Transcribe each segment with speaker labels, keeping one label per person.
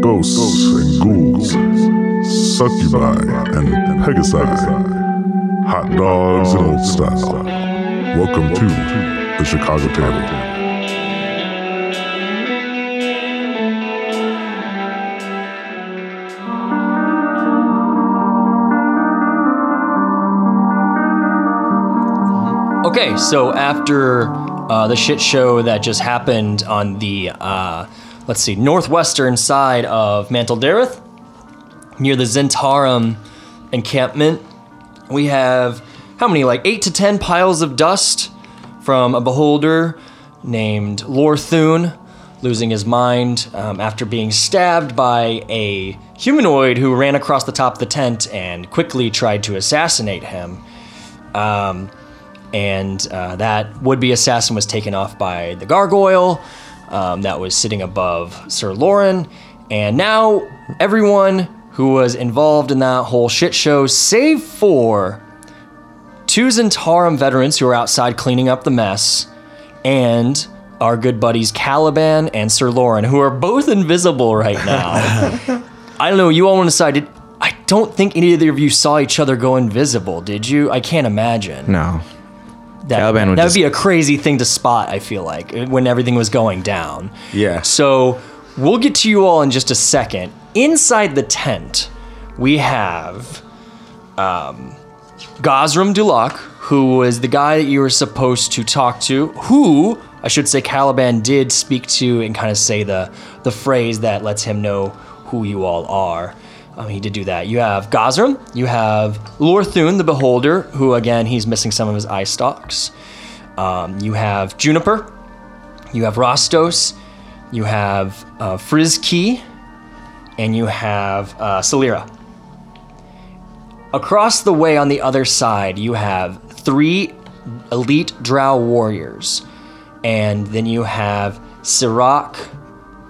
Speaker 1: ghosts and ghouls, succubi and pegasi, hot dogs and old style. Welcome to the Chicago Table.
Speaker 2: Okay, so after uh, the shit show that just happened on the, uh, let's see, northwestern side of Manteldareth, near the Zentarum encampment, we have how many, like eight to ten piles of dust from a beholder named Lorthun, losing his mind um, after being stabbed by a humanoid who ran across the top of the tent and quickly tried to assassinate him and uh, that would-be assassin was taken off by the gargoyle um, that was sitting above Sir Lauren, and now everyone who was involved in that whole shit show, save for two Zentarum veterans who were outside cleaning up the mess, and our good buddies Caliban and Sir Lauren, who are both invisible right now. I don't know. You all want to decide. Did, I don't think either of you saw each other go invisible, did you? I can't imagine.
Speaker 3: No.
Speaker 2: That,
Speaker 3: Caliban would
Speaker 2: that
Speaker 3: just-
Speaker 2: would be a crazy thing to spot, I feel like, when everything was going down.
Speaker 3: Yeah.
Speaker 2: So we'll get to you all in just a second. Inside the tent, we have um, Gosram Dulac, who was the guy that you were supposed to talk to, who I should say Caliban did speak to and kind of say the, the phrase that lets him know who you all are. Um, he did do that. You have Gosram, you have Lorthun the Beholder, who again, he's missing some of his eye stalks. Um, you have Juniper, you have Rostos, you have uh, Frizkey, and you have uh, Salira. Across the way on the other side, you have three elite drow warriors, and then you have Sirach,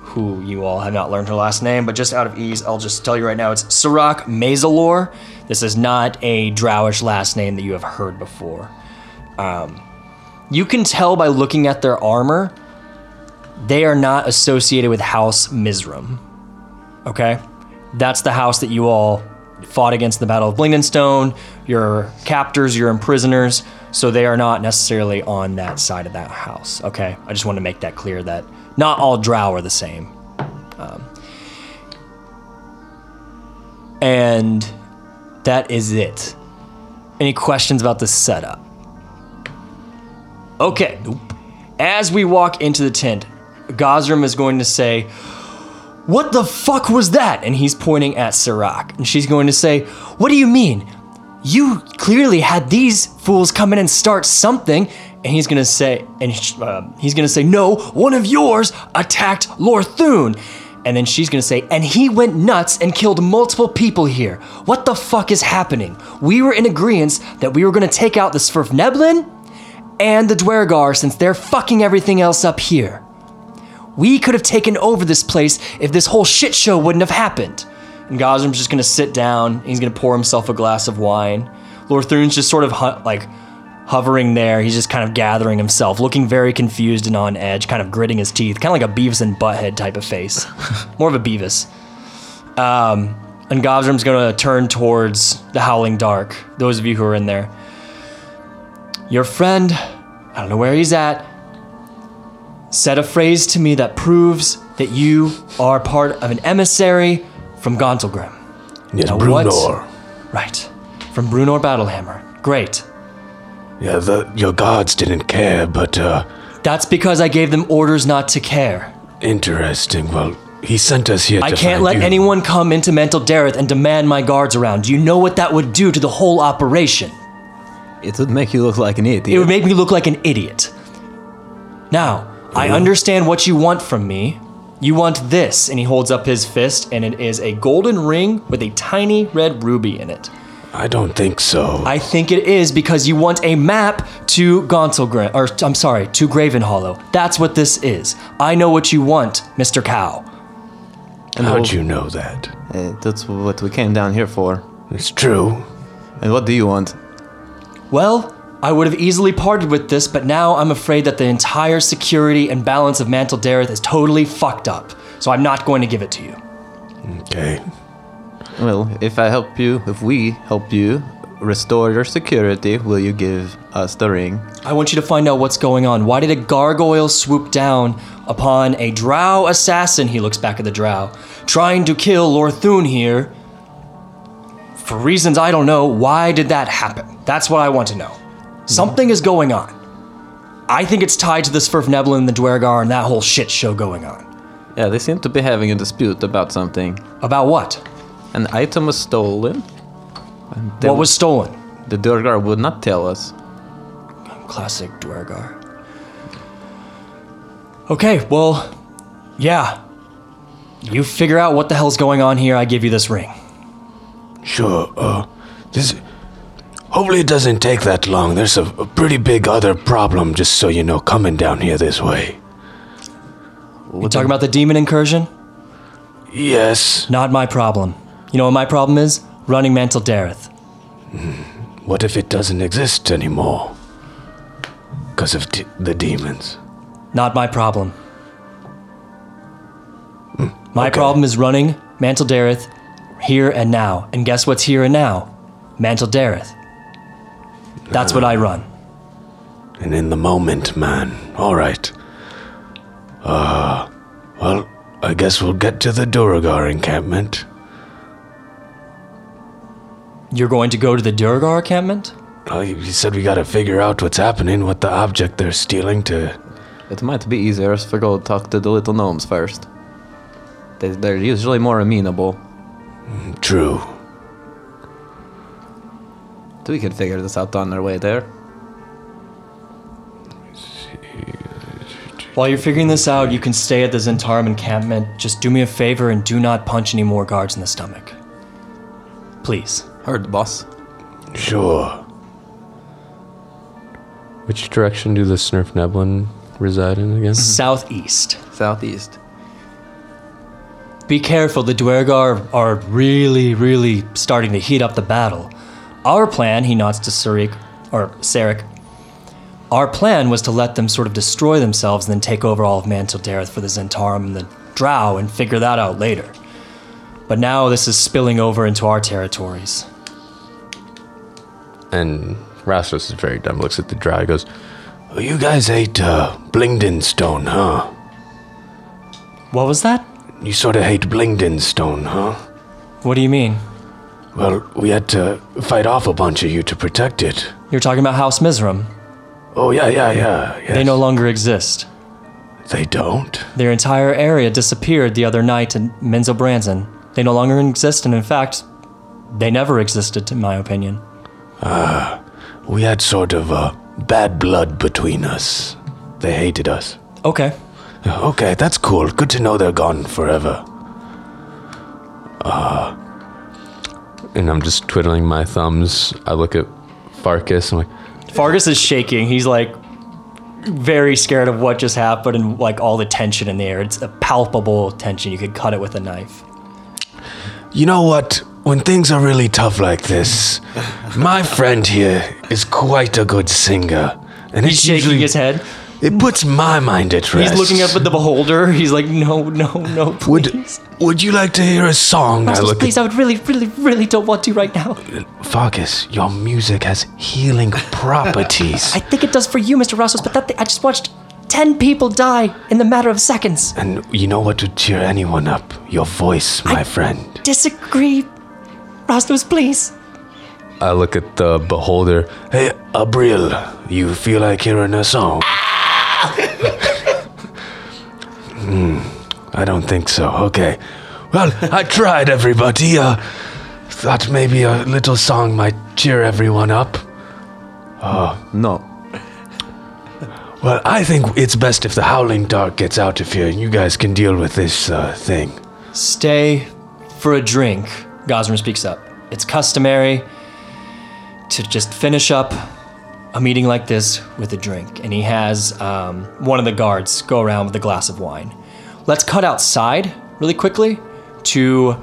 Speaker 2: who you all have not learned her last name, but just out of ease, I'll just tell you right now it's Sirach Mazalor. This is not a drowish last name that you have heard before. You can tell by looking at their armor, they are not associated with House Mizrim. Okay? That's the house that you all fought against in the Battle of Blingdenstone, your captors, your imprisoners, so they are not necessarily on that side of that house. Okay? I just want to make that clear that not all drow are the same. Um, and that is it. Any questions about the setup? Okay. As we walk into the tent, Gosram is going to say, What the fuck was that? And he's pointing at Sirach. And she's going to say, What do you mean? You clearly had these fools come in and start something. And he's gonna say, and sh- uh, he's gonna say, no, one of yours attacked Lorthun. And then she's gonna say, and he went nuts and killed multiple people here. What the fuck is happening? We were in agreement that we were gonna take out the Sverfneblin and the Dwergar since they're fucking everything else up here. We could have taken over this place if this whole shit show wouldn't have happened. And Gosram's just gonna sit down. and He's gonna pour himself a glass of wine. Lorthun's just sort of hu- like hovering there. He's just kind of gathering himself, looking very confused and on edge, kind of gritting his teeth, kind of like a Beavis and Butthead type of face, more of a Beavis. Um, and Gosram's gonna turn towards the Howling Dark. Those of you who are in there, your friend, I don't know where he's at, said a phrase to me that proves that you are part of an emissary from Gontalgrim.
Speaker 4: Yes,
Speaker 2: Now
Speaker 4: Brunor.
Speaker 2: what- Right. From Brunor Battlehammer. Great.
Speaker 4: Yeah, the, your gods didn't care, but uh,
Speaker 2: That's because I gave them orders not to care.
Speaker 4: interesting. Well, he sent us here.
Speaker 2: I
Speaker 4: to
Speaker 2: can't
Speaker 4: find
Speaker 2: let
Speaker 4: you.
Speaker 2: anyone come into Mental Dareth and demand my guards around. You know what that would do to the whole operation.
Speaker 3: It would make you look like an idiot.
Speaker 2: It would make me look like an idiot. Now, I understand what you want from me. You want this, and he holds up his fist, and it is a golden ring with a tiny red ruby in it.
Speaker 4: I don't think so.
Speaker 2: I think it is because you want a map to Gontalgrim, or I'm sorry, to Graven Hollow. That's what this is. I know what you want, Mr. Cow.
Speaker 4: How'd you know that?
Speaker 3: Uh, that's what we came down here for.
Speaker 4: It's true.
Speaker 3: And what do you want?
Speaker 2: Well, I would have easily parted with this, but now I'm afraid that the entire security and balance of Mantle Dareth is totally fucked up. So I'm not going to give it to you.
Speaker 5: Okay.
Speaker 3: Well, if I help you, if we help you restore your security, will you give us the ring?
Speaker 2: I want you to find out what's going on. Why did a gargoyle swoop down upon a drow assassin? He looks back at the drow, trying to kill Lorthun here. For reasons I don't know, why did that happen? That's what I want to know. Something is going on. I think it's tied to the Sverfneblin and the Dwergar and that whole shit show going on.
Speaker 3: Yeah, they seem to be having a dispute about something.
Speaker 2: About what?
Speaker 3: An item was stolen. and they-
Speaker 2: what was stolen?
Speaker 3: the Durgar would not tell us.
Speaker 2: Classic Dwergar. Okay, well, yeah. You figure out what the hell's going on here, I give you this ring.
Speaker 5: Sure. Uh, this. Hopefully, it doesn't take that long. There's a, a pretty big other problem, just so you know, coming down here this way.
Speaker 2: You talking about the demon incursion?
Speaker 5: Yes.
Speaker 2: Not my problem. You know what my problem is? Running Mantle Dareth.
Speaker 5: What if it doesn't exist anymore? Because of d- the demons.
Speaker 2: Not my problem. My
Speaker 5: okay.
Speaker 2: problem is running Mantle Dareth here and now. And guess what's here and now? Mantle Dareth. That's what I run.
Speaker 5: And in the moment, man. All right. Uh, well, I guess we'll get to the Duragar encampment.
Speaker 2: You're going to go to the Durgar encampment?
Speaker 5: Well, you you said we gotta figure out what's happening, what the object they're stealing to.
Speaker 3: It might be easier if we go talk to the little gnomes first. They, they're usually more amenable.
Speaker 5: True.
Speaker 3: We can figure this out on our way there.
Speaker 2: While you're figuring this out, you can stay at the Zentarum encampment. Just do me a favor and do not punch any more guards in the stomach. Please.
Speaker 3: Heard, boss.
Speaker 5: Sure.
Speaker 6: Which direction do the Snurf Neblin reside in
Speaker 5: Mm-hmm.
Speaker 6: again?
Speaker 2: Southeast.
Speaker 3: Southeast.
Speaker 2: Be careful, the Dwergar are really, really starting to heat up the battle. Our plan, he nods to Surik, or Sarek, our plan was to let them sort of destroy themselves and then take over all of Mantle Dareth for the Zentarum and the Drow and figure that out later. But now this is spilling over into our territories.
Speaker 6: And Rastus is very dumb, looks at the dry, goes,
Speaker 5: Oh, You guys ate uh, Blingden Stone, huh?
Speaker 2: What was that?
Speaker 5: You sort of hate Blingden Stone, huh?
Speaker 2: What do you mean?
Speaker 5: Well, we had to fight off a bunch of you to protect it.
Speaker 2: You're talking about House Mizrim.
Speaker 5: Oh yeah, yeah, yeah. Yes.
Speaker 2: They no longer exist.
Speaker 5: They don't.
Speaker 2: Their entire area disappeared the other night in Menzel Branson. They no longer exist, and in fact, they never existed, in my opinion.
Speaker 5: We had sort of uh, bad blood between us. They hated us.
Speaker 2: Okay.
Speaker 5: Okay, that's cool. Good to know they're gone forever.
Speaker 6: Uh, and I'm just twiddling my thumbs. I look at Farkas, I'm like,
Speaker 2: Fargus is shaking. He's like very scared of what just happened and like all the tension in the air. It's a palpable tension. You could cut it with a knife.
Speaker 5: You know what? When things are really tough like this, my friend here is quite a good singer, and
Speaker 2: He's
Speaker 5: it's
Speaker 2: shaking
Speaker 5: usually-
Speaker 2: his head.
Speaker 5: It puts my mind at rest.
Speaker 2: He's looking up at the beholder. He's like, no, no, no, please.
Speaker 5: Would Would you like to hear a song? I look
Speaker 2: please, I would really, really, really don't want to right now.
Speaker 5: at Farkas. Your music has healing properties,
Speaker 2: I think it does for you, Mr. Rossos, but that thing, I just watched 10 people die in the matter of seconds.
Speaker 5: and you know what would cheer anyone up? Your voice, my friend.
Speaker 2: Disagree. Rostos, please.
Speaker 6: I look at the beholder.
Speaker 5: Hey, Abril, you feel like hearing a song?
Speaker 2: Ah!
Speaker 5: Hmm, I don't think so. Okay. Well, I tried, everybody. Uh, thought maybe a little song might cheer everyone up.
Speaker 3: No.
Speaker 5: Well, I think it's best if the Howling Dark gets out of here and you guys can deal with this uh, thing.
Speaker 2: Stay for a drink. Gosmer speaks up. It's customary to just finish up a meeting like this with a drink. And he has um, one of the guards go around with a glass of wine. Let's cut outside really quickly to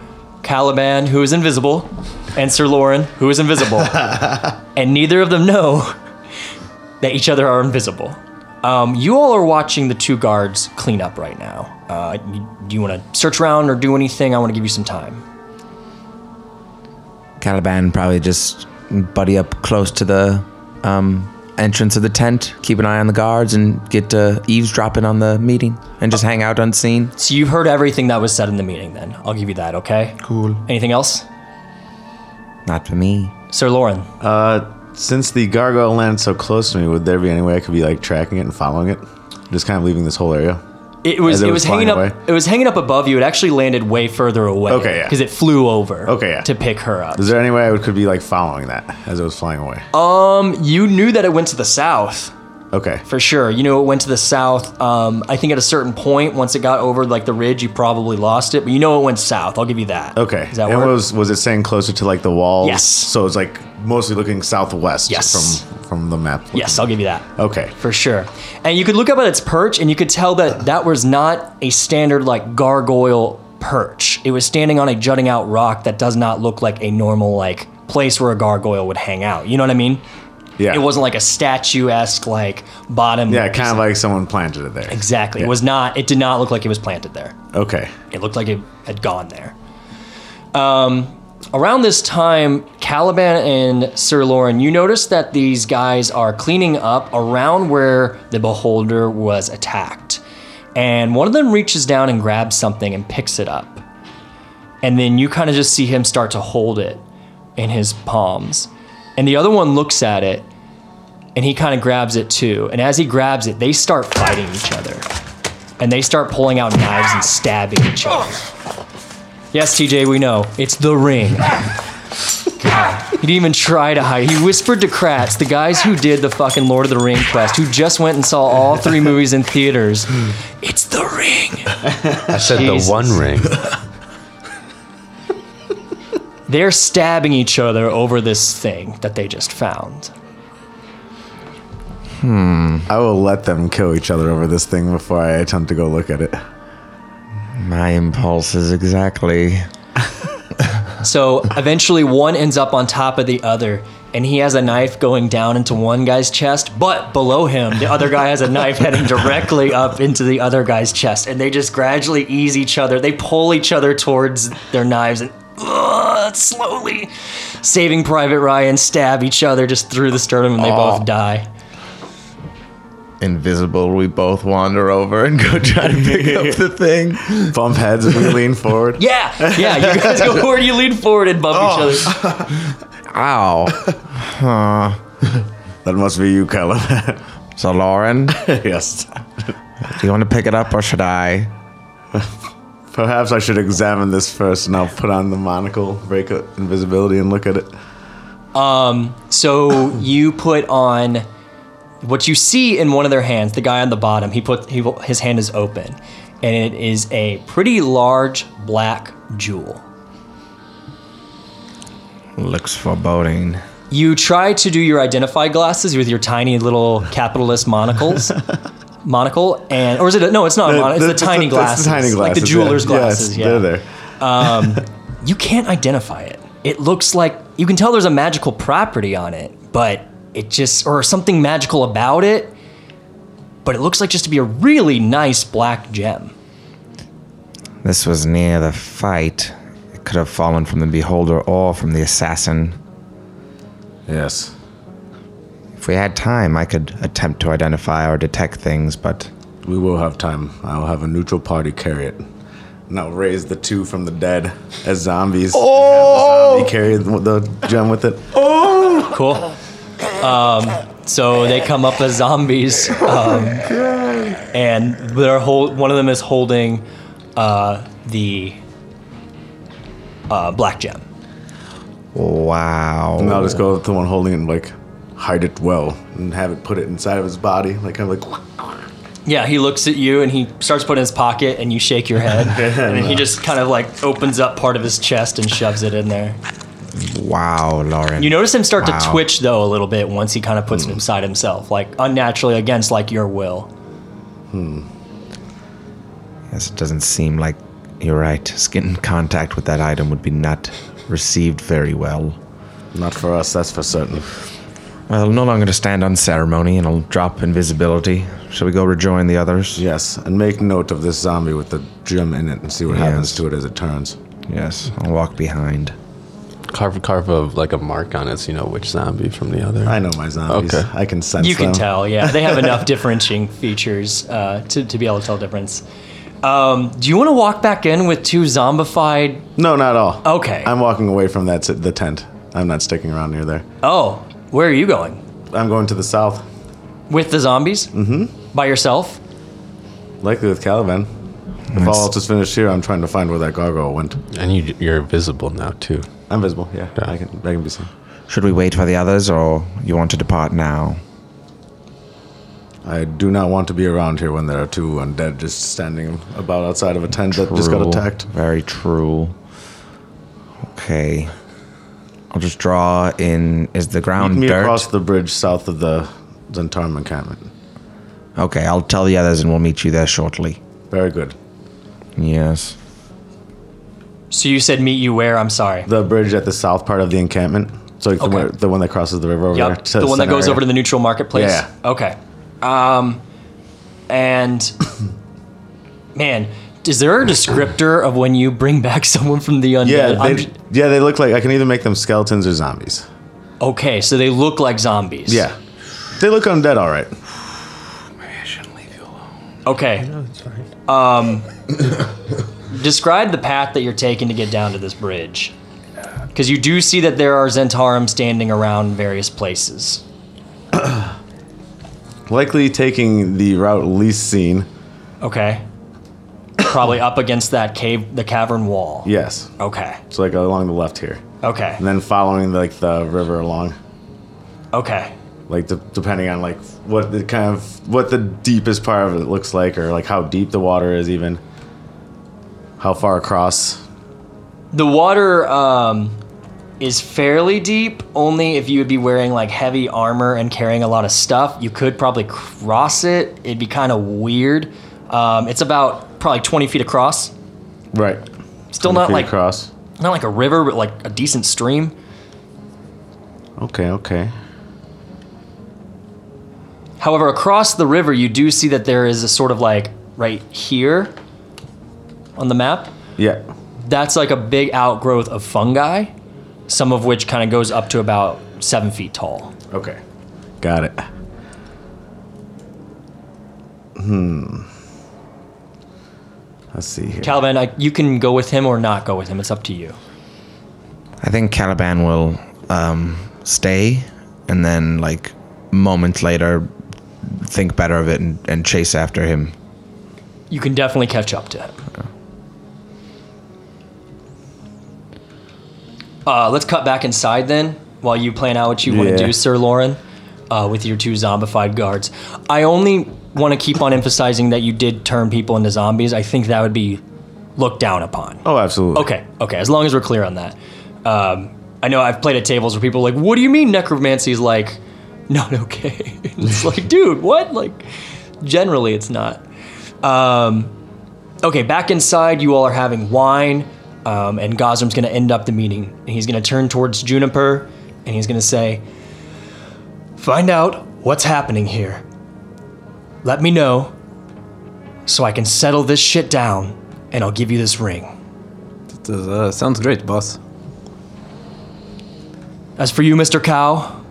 Speaker 2: Caliban, who is invisible, and Sir Lauren, who is invisible. and neither of them know that each other are invisible. Um, you all are watching the two guards clean up right now. Uh, y- do you want to search around or do anything? I want to give you some time.
Speaker 7: Caliban probably just buddy up close to the um, entrance of the tent, keep an eye on the guards, and get uh, eavesdropping on the meeting and just hang out unseen.
Speaker 2: So you've heard everything that was said in the meeting. Then I'll give you that. Okay.
Speaker 7: Cool.
Speaker 2: Anything else,
Speaker 7: Not for me.
Speaker 2: Sir Lauren?
Speaker 8: Uh, since the gargoyle landed so close to me, would there be any way I could be like tracking it and following it? Just kind of leaving this whole area.
Speaker 2: It was
Speaker 8: As
Speaker 2: it
Speaker 8: it
Speaker 2: was,
Speaker 8: was
Speaker 2: hanging up.
Speaker 8: flying away?
Speaker 2: It was hanging up above you. It actually landed way further away.
Speaker 8: Okay, yeah.
Speaker 2: Because it flew over.
Speaker 8: Okay, yeah.
Speaker 2: To pick her up.
Speaker 8: Is there any way I would, could be like following that as it was flying away?
Speaker 2: Um, you knew that it went to the south.
Speaker 8: okay.
Speaker 2: for sure. You know, it went to the south. Um, I think at a certain point, once it got over like the ridge, you probably lost it. But you know, it went south. I'll give you that.
Speaker 8: Okay.
Speaker 2: Does that
Speaker 8: and
Speaker 2: work?
Speaker 8: was was it saying closer to like the walls?
Speaker 2: Yes.
Speaker 8: So it's like mostly looking southwest
Speaker 2: Yes.
Speaker 8: from from the map.
Speaker 2: yes, I'll give you that.
Speaker 8: Okay.
Speaker 2: For sure. And you could look up at its perch and you could tell that that was not a standard like gargoyle perch. It was standing on a jutting out rock that does not look like a normal like place where a gargoyle would hang out. You know what I mean?
Speaker 8: Yeah.
Speaker 2: It wasn't like a statuesque like bottom.
Speaker 8: Yeah, kind of like someone planted it there.
Speaker 2: Exactly. It was not it did not look like it was planted there.
Speaker 8: Okay.
Speaker 2: It looked like it had gone there. Um, around this time, Caliban and Sir Lauren, you notice that these guys are cleaning up around where the beholder was attacked. And one of them reaches down and grabs something and picks it up. And then you kind of just see him start to hold it in his palms. And the other one looks at it and he kind of grabs it too. And as he grabs it, they start fighting each other. And they start pulling out knives and stabbing each other. Yes, TJ, we know. It's the ring. He didn't even try to hide. He whispered to Kratz, the guys who did the fucking Lord of the Ring quest, who just went and saw all three movies in theaters. It's the ring.
Speaker 5: I said
Speaker 2: Jesus.
Speaker 5: the one ring.
Speaker 2: They're stabbing each other over this thing that they just found.
Speaker 8: I will let them kill each other over this thing before I attempt to go look at it.
Speaker 7: My impulse is exactly.
Speaker 2: So eventually, one ends up on top of the other, and he has a knife going down into one guy's chest, but below him, the other guy has a knife heading directly up into the other guy's chest, and they just gradually ease each other. They pull each other towards their knives and. ugh, slowly, saving Private Ryan stab each other just through the sternum, and they both die.
Speaker 3: Invisible, we both wander over and go try to pick up the thing.
Speaker 8: Bump heads and we lean forward.
Speaker 2: Yeah, yeah. You guys go forward, you lean forward and bump each other.
Speaker 7: Ow.
Speaker 8: That must be you, Caleb.
Speaker 7: So, Lauren, do
Speaker 8: yes.
Speaker 7: you want to pick it up or should I?
Speaker 8: Perhaps I should examine this first and I'll put on the monocle, break it, invisibility, and look at it.
Speaker 2: Um, So you put on what you see in one of their hands. The guy on the bottom, he put he, his hand is open, and it is a pretty large black jewel.
Speaker 7: Looks foreboding.
Speaker 2: You try to do your identify glasses with your tiny little capitalist monocles. Monocle and or is it a, no? It's not a monocle. It's the,
Speaker 8: That's
Speaker 2: tiny
Speaker 8: that's
Speaker 2: glasses,
Speaker 8: the tiny
Speaker 2: like the
Speaker 8: glasses,
Speaker 2: jeweler's
Speaker 8: yeah.
Speaker 2: glasses.
Speaker 8: Yes,
Speaker 2: yeah,
Speaker 8: They're there.
Speaker 2: you can't identify it. It looks like you can tell there's a magical property on it, but it just or something magical about it. But it looks like just to be a really nice black gem.
Speaker 7: This was near the fight. It could have fallen from the beholder or from the assassin.
Speaker 8: Yes.
Speaker 7: If we had time, I could attempt to identify or detect things, but
Speaker 8: We will have time. I'll have a neutral party carry it. And I'll raise the two from the dead as zombies. Oh! And have the zombie carry the gem with it.
Speaker 2: Cool. Um, so they come up as zombies, um, and they're hold, one of them is holding uh, the uh, black gem.
Speaker 7: wow.
Speaker 8: And I'll just go up to the one holding it and like hide it well and have it put it inside of his body. Like kind of like
Speaker 2: Yeah, he looks at you and he starts putting it in his pocket, and you shake your head, and then he just kind of like opens up part of his chest and shoves it in there.
Speaker 7: Wow, Lauren.
Speaker 2: You notice him start to
Speaker 7: Wow.
Speaker 2: twitch though a little bit once he kind of puts it inside himself, like unnaturally against like your will.
Speaker 7: Yes, it doesn't seem like you're right. Skin contact with that item would be not received very well.
Speaker 8: not for us. That's for certain.
Speaker 7: Well, I'm no longer to stand on ceremony, and I'll drop invisibility. Shall we go rejoin the others?
Speaker 8: Yes, and make note of this zombie with the gem in it and see what happens to it as it turns.
Speaker 7: Yes. I'll walk behind.
Speaker 5: Carve, carve a, like a mark on it so you know which zombie from the other.
Speaker 8: I know my zombies.
Speaker 5: Okay.
Speaker 8: I can sense
Speaker 2: You can
Speaker 8: them.
Speaker 2: tell, yeah. They have enough differentiating features uh, to, to be able to tell difference. Um, do you want to walk back in with two zombified?
Speaker 8: No, not all.
Speaker 2: Okay.
Speaker 8: I'm walking away from that s- the tent. I'm not sticking around near there.
Speaker 2: Oh, where are you going?
Speaker 8: I'm going to the south,
Speaker 2: With the zombies? Mm-hmm. By yourself?
Speaker 8: likely with Caliban. If all else is finished here, I'm trying to find where that gargoyle went.
Speaker 5: And you, you're visible now too.
Speaker 8: I'm visible. Yeah, I can. I can be seen.
Speaker 7: Should we wait for the others, or you want to depart now?
Speaker 8: I do not want to be around here when there are two undead just standing about outside of a tent that just got
Speaker 7: True.
Speaker 8: attacked.
Speaker 7: Very true. Okay. I'll just draw in. Is the ground
Speaker 8: Meet me
Speaker 7: dirt?
Speaker 8: across the bridge south of the Zentarm encampment.
Speaker 7: Okay, I'll tell the others, and we'll meet you there shortly.
Speaker 8: Very good.
Speaker 7: Yes.
Speaker 2: So you said meet you where? I'm sorry.
Speaker 8: The bridge at the south part of the encampment. So like the,
Speaker 2: Okay.
Speaker 8: one, the one that crosses the river over there.
Speaker 2: Yep.
Speaker 8: to
Speaker 2: The one that
Speaker 8: center
Speaker 2: goes
Speaker 8: area.
Speaker 2: over to the neutral marketplace.
Speaker 8: Yeah.
Speaker 2: Okay. Um, and man, is there a descriptor of when you bring back someone from the undead?
Speaker 8: Yeah,
Speaker 2: I'm
Speaker 8: they,
Speaker 2: j-
Speaker 8: yeah, they look like I can either make them skeletons or zombies.
Speaker 2: okay, so they look like zombies.
Speaker 8: Yeah, they look undead, all right.
Speaker 2: Okay. Um, describe the path that you're taking to get down to this bridge, because you do see that there are Zentarum standing around various places.
Speaker 8: Likely taking the route least seen.
Speaker 2: Okay. Probably up against that cave, the cavern wall.
Speaker 8: Yes,
Speaker 2: Okay.
Speaker 8: so like along the left here,
Speaker 2: Okay.
Speaker 8: and then following like the river along,
Speaker 2: Okay.
Speaker 8: like de- depending on like what the kind of what the deepest part of it looks like, or like how deep the water is, even how far across.
Speaker 2: The water um, is fairly deep. Only if you would be wearing like heavy armor and carrying a lot of stuff, you could probably cross it. It'd be kind of weird. Um, it's about probably 20 feet across.
Speaker 8: Right.
Speaker 2: Still not like
Speaker 8: across.
Speaker 2: not like a river, but like a decent stream.
Speaker 8: Okay. Okay.
Speaker 2: However, across the river, you do see that there is a sort of like right here on the map.
Speaker 8: Yeah.
Speaker 2: That's like a big outgrowth of fungi, some of which kind of goes up to about seven feet tall.
Speaker 8: Okay. Got it. Hmm. Let's see here.
Speaker 2: Calvin, I, you can go with him or not go with him. It's up to you.
Speaker 7: I think Caliban will um, stay and then, like, moments later, think better of it and, and chase after him.
Speaker 2: You can definitely catch up to him. Uh, let's cut back inside then, while you plan out what you want to
Speaker 8: Yeah.
Speaker 2: do, Sir Lauren, uh, with your two zombified guards. I only want to keep on emphasizing that you did turn people into zombies. I think that would be looked down upon.
Speaker 8: Oh, absolutely.
Speaker 2: Okay, okay. As long as we're clear on that. Um, I know I've played at tables where people are like, "What do you mean necromancy is like not okay?" it's like, dude, what? Like, generally, it's not. Um, okay, back inside, you all are having wine, um, and Gosram's going to end up the meeting. And he's going to turn towards Juniper, and he's going to say, "Find out what's happening here. Let me know, so I can settle this shit down, and I'll give you this ring."
Speaker 3: Uh, sounds great, boss.
Speaker 2: As for you, Mr. Cow,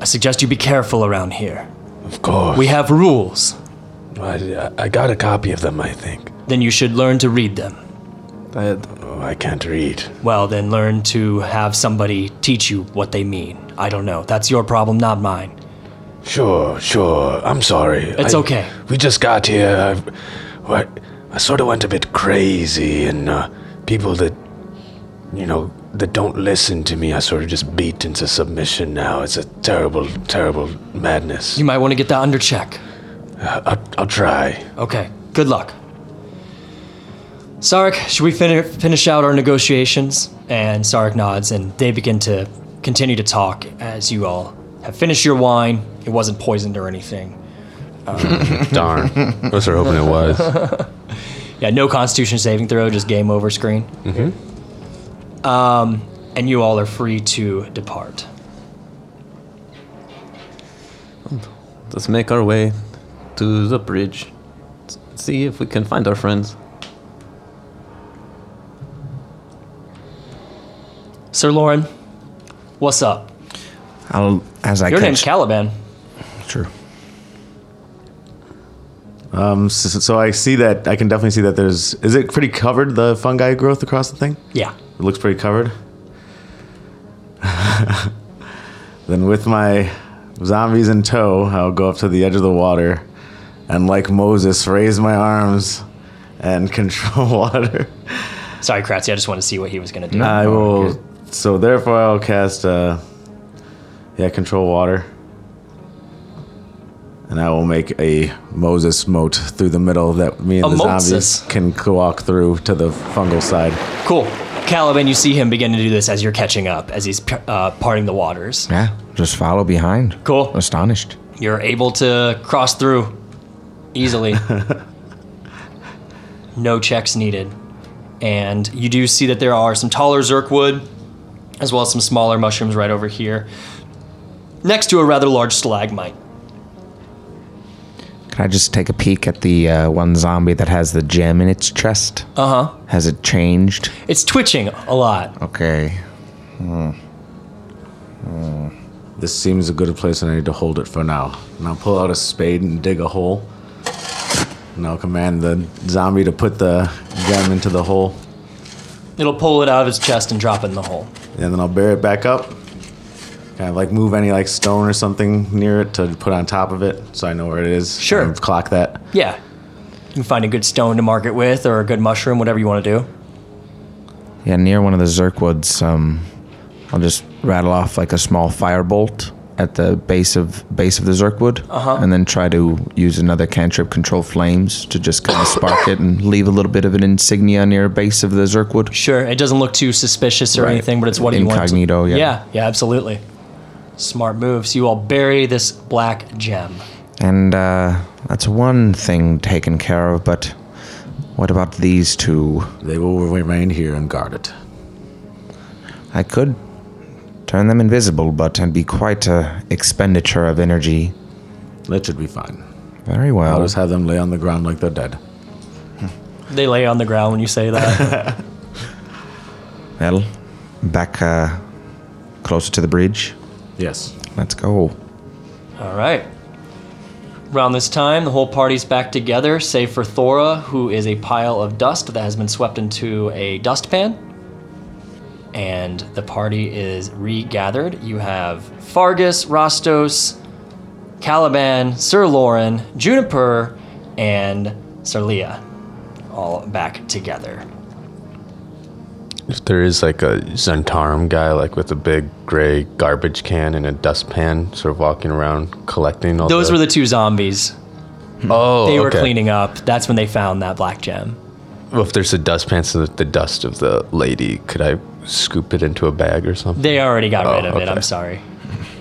Speaker 2: I suggest you be careful around here.
Speaker 4: Of course.
Speaker 2: We have rules,
Speaker 4: I, I got a copy of them, I think.
Speaker 2: then you should learn to read them.
Speaker 3: I,
Speaker 4: Oh, I can't read.
Speaker 2: Well, then learn to have somebody teach you what they mean. I don't know. That's your problem, not mine.
Speaker 4: Sure, sure. I'm sorry.
Speaker 2: It's
Speaker 4: I-
Speaker 2: okay.
Speaker 4: We just got here. I've, what, I sort of went a bit crazy, and uh, people that, you know, that don't listen to me, I sort of just beat into submission now. It's a terrible, terrible madness.
Speaker 2: You might want to get that under check.
Speaker 4: I, I'll, I'll try.
Speaker 2: Okay, good luck. Sarek, should we fin- finish out our negotiations? And Sarek nods, and they begin to continue to talk as you all have finished your wine. It wasn't poisoned or anything.
Speaker 5: Darn. I was sort of hoping it was.
Speaker 2: Yeah, no constitution saving throw, just game over screen. Mm-hmm. Um, and you all are free to depart.
Speaker 3: Let's make our way to the bridge. S- See if we can find our friends.
Speaker 2: Sir Lauren, what's up?
Speaker 7: I'll as I
Speaker 2: Your name's
Speaker 7: catch.
Speaker 2: Caliban.
Speaker 7: True.
Speaker 8: Um, so, so I see that I can definitely see that there's. Is it pretty covered the fungi growth across the thing?
Speaker 2: Yeah.
Speaker 8: It looks pretty covered. then, with my zombies in tow, I'll go up to the edge of the water and, like Moses, raise my arms and control water.
Speaker 2: Sorry, Kratzy. I just wanted to see what he was going to do.
Speaker 8: I will. So, therefore, I'll cast, uh, yeah, control water. And I will make a Moses moat through the middle that me and
Speaker 2: A
Speaker 8: the
Speaker 2: Moses.
Speaker 8: zombies can walk through to the fungal side.
Speaker 2: Cool. Caliban, you see him begin to do this as you're catching up, as he's uh, parting the waters.
Speaker 7: Yeah, just follow behind.
Speaker 2: Cool.
Speaker 7: Astonished.
Speaker 2: You're able to cross through easily. no checks needed. And you do see that there are some taller zirkwood, as well as some smaller mushrooms right over here, next to a rather large stalagmite.
Speaker 7: Can I just take a peek at the uh, one zombie that has the gem in its chest?
Speaker 2: Uh huh.
Speaker 7: Has it changed?
Speaker 2: It's twitching a lot.
Speaker 7: Okay.
Speaker 8: This seems a good place and I need to hold it for now. And I'll pull out a spade and dig a hole. And I'll command the zombie to put the gem into the hole.
Speaker 2: It'll pull it out of its chest and drop it in the hole.
Speaker 8: And then I'll bear it back up. Kind of like move any like stone or something near it to put on top of it so I know where it is.
Speaker 2: Sure.
Speaker 8: And clock that.
Speaker 2: Yeah. You can find a good stone to mark it with, or a good mushroom, whatever you want to do.
Speaker 7: Yeah, near one of the Zerkwoods, um, I'll just rattle off like a small firebolt at the base of base of the Zerkwood, uh-huh. and then try to use another cantrip, control flames, to just kind of spark it and leave a little bit of an insignia near base of the Zerkwood.
Speaker 2: Sure, it doesn't look too suspicious or
Speaker 7: Right.
Speaker 2: anything, but it's what you
Speaker 7: Incognito,
Speaker 2: want.
Speaker 7: yeah.
Speaker 2: yeah, yeah, absolutely. Smart move. So you all bury this black gem.
Speaker 7: And uh, that's one thing taken care of. But what about these two?
Speaker 8: They will remain here and guard it.
Speaker 7: I could turn them invisible, but it'd be quite a expenditure of energy.
Speaker 8: That should be fine.
Speaker 7: Very well.
Speaker 8: I'll just have them lay on the ground like they're dead.
Speaker 2: They lay on the ground when you say that.
Speaker 7: Well, back uh, closer to the bridge.
Speaker 8: Yes.
Speaker 7: Let's go.
Speaker 2: all right. Around this time, the whole party's back together, save for Thora, who is a pile of dust that has been swept into a dustpan. And the party is regathered. You have Fargus, Rostos, Caliban, Sir Lauren, Juniper, and Sir Leah all back together.
Speaker 5: If there is like a Zentarum guy, like with a big gray garbage can and a dustpan, sort of walking around collecting all
Speaker 2: Those
Speaker 5: the,
Speaker 2: were the two zombies.
Speaker 5: oh
Speaker 2: They were
Speaker 5: okay.
Speaker 2: cleaning up. That's when they found that black gem.
Speaker 5: Well, if there's a dustpan, so that the dust of the lady, could I scoop it into a bag or something?
Speaker 2: They already got
Speaker 5: Oh,
Speaker 2: rid of it.
Speaker 5: okay.
Speaker 2: I'm sorry.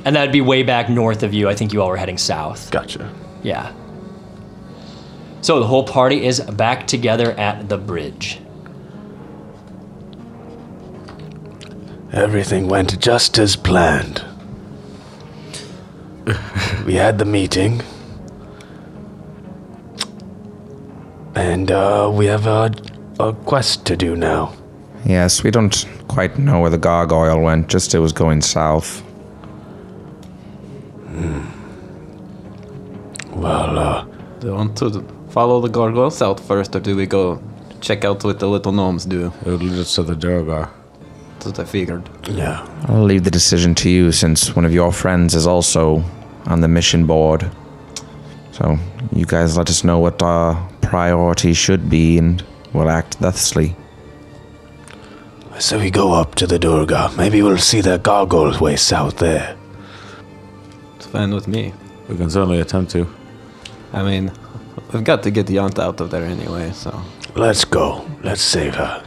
Speaker 2: And that'd be way back north of you. I think you all were heading south.
Speaker 5: Gotcha.
Speaker 2: Yeah. So the whole party is back together at the bridge.
Speaker 4: Everything went just as planned. we had the meeting. And uh, we have a, a quest to do now.
Speaker 7: Yes, we don't quite know where the gargoyle went, just it was going south.
Speaker 4: Well, uh,
Speaker 3: Do you want to follow the gargoyle south first, or do we go check out what the little gnomes do?
Speaker 8: It'll lead us to the Durgar.
Speaker 3: That's what I figured.
Speaker 4: yeah.
Speaker 7: I'll leave the decision to you since one of your friends is also on the mission board. So, you guys let us know what our priority should be and we'll act thusly.
Speaker 4: So we go up to the Durga. Maybe we'll see the gargoyle way south there.
Speaker 3: It's fine with me.
Speaker 8: We can certainly attempt to.
Speaker 3: I mean, we've got to get Yanta out of there anyway, so.
Speaker 4: Let's go. Let's save her.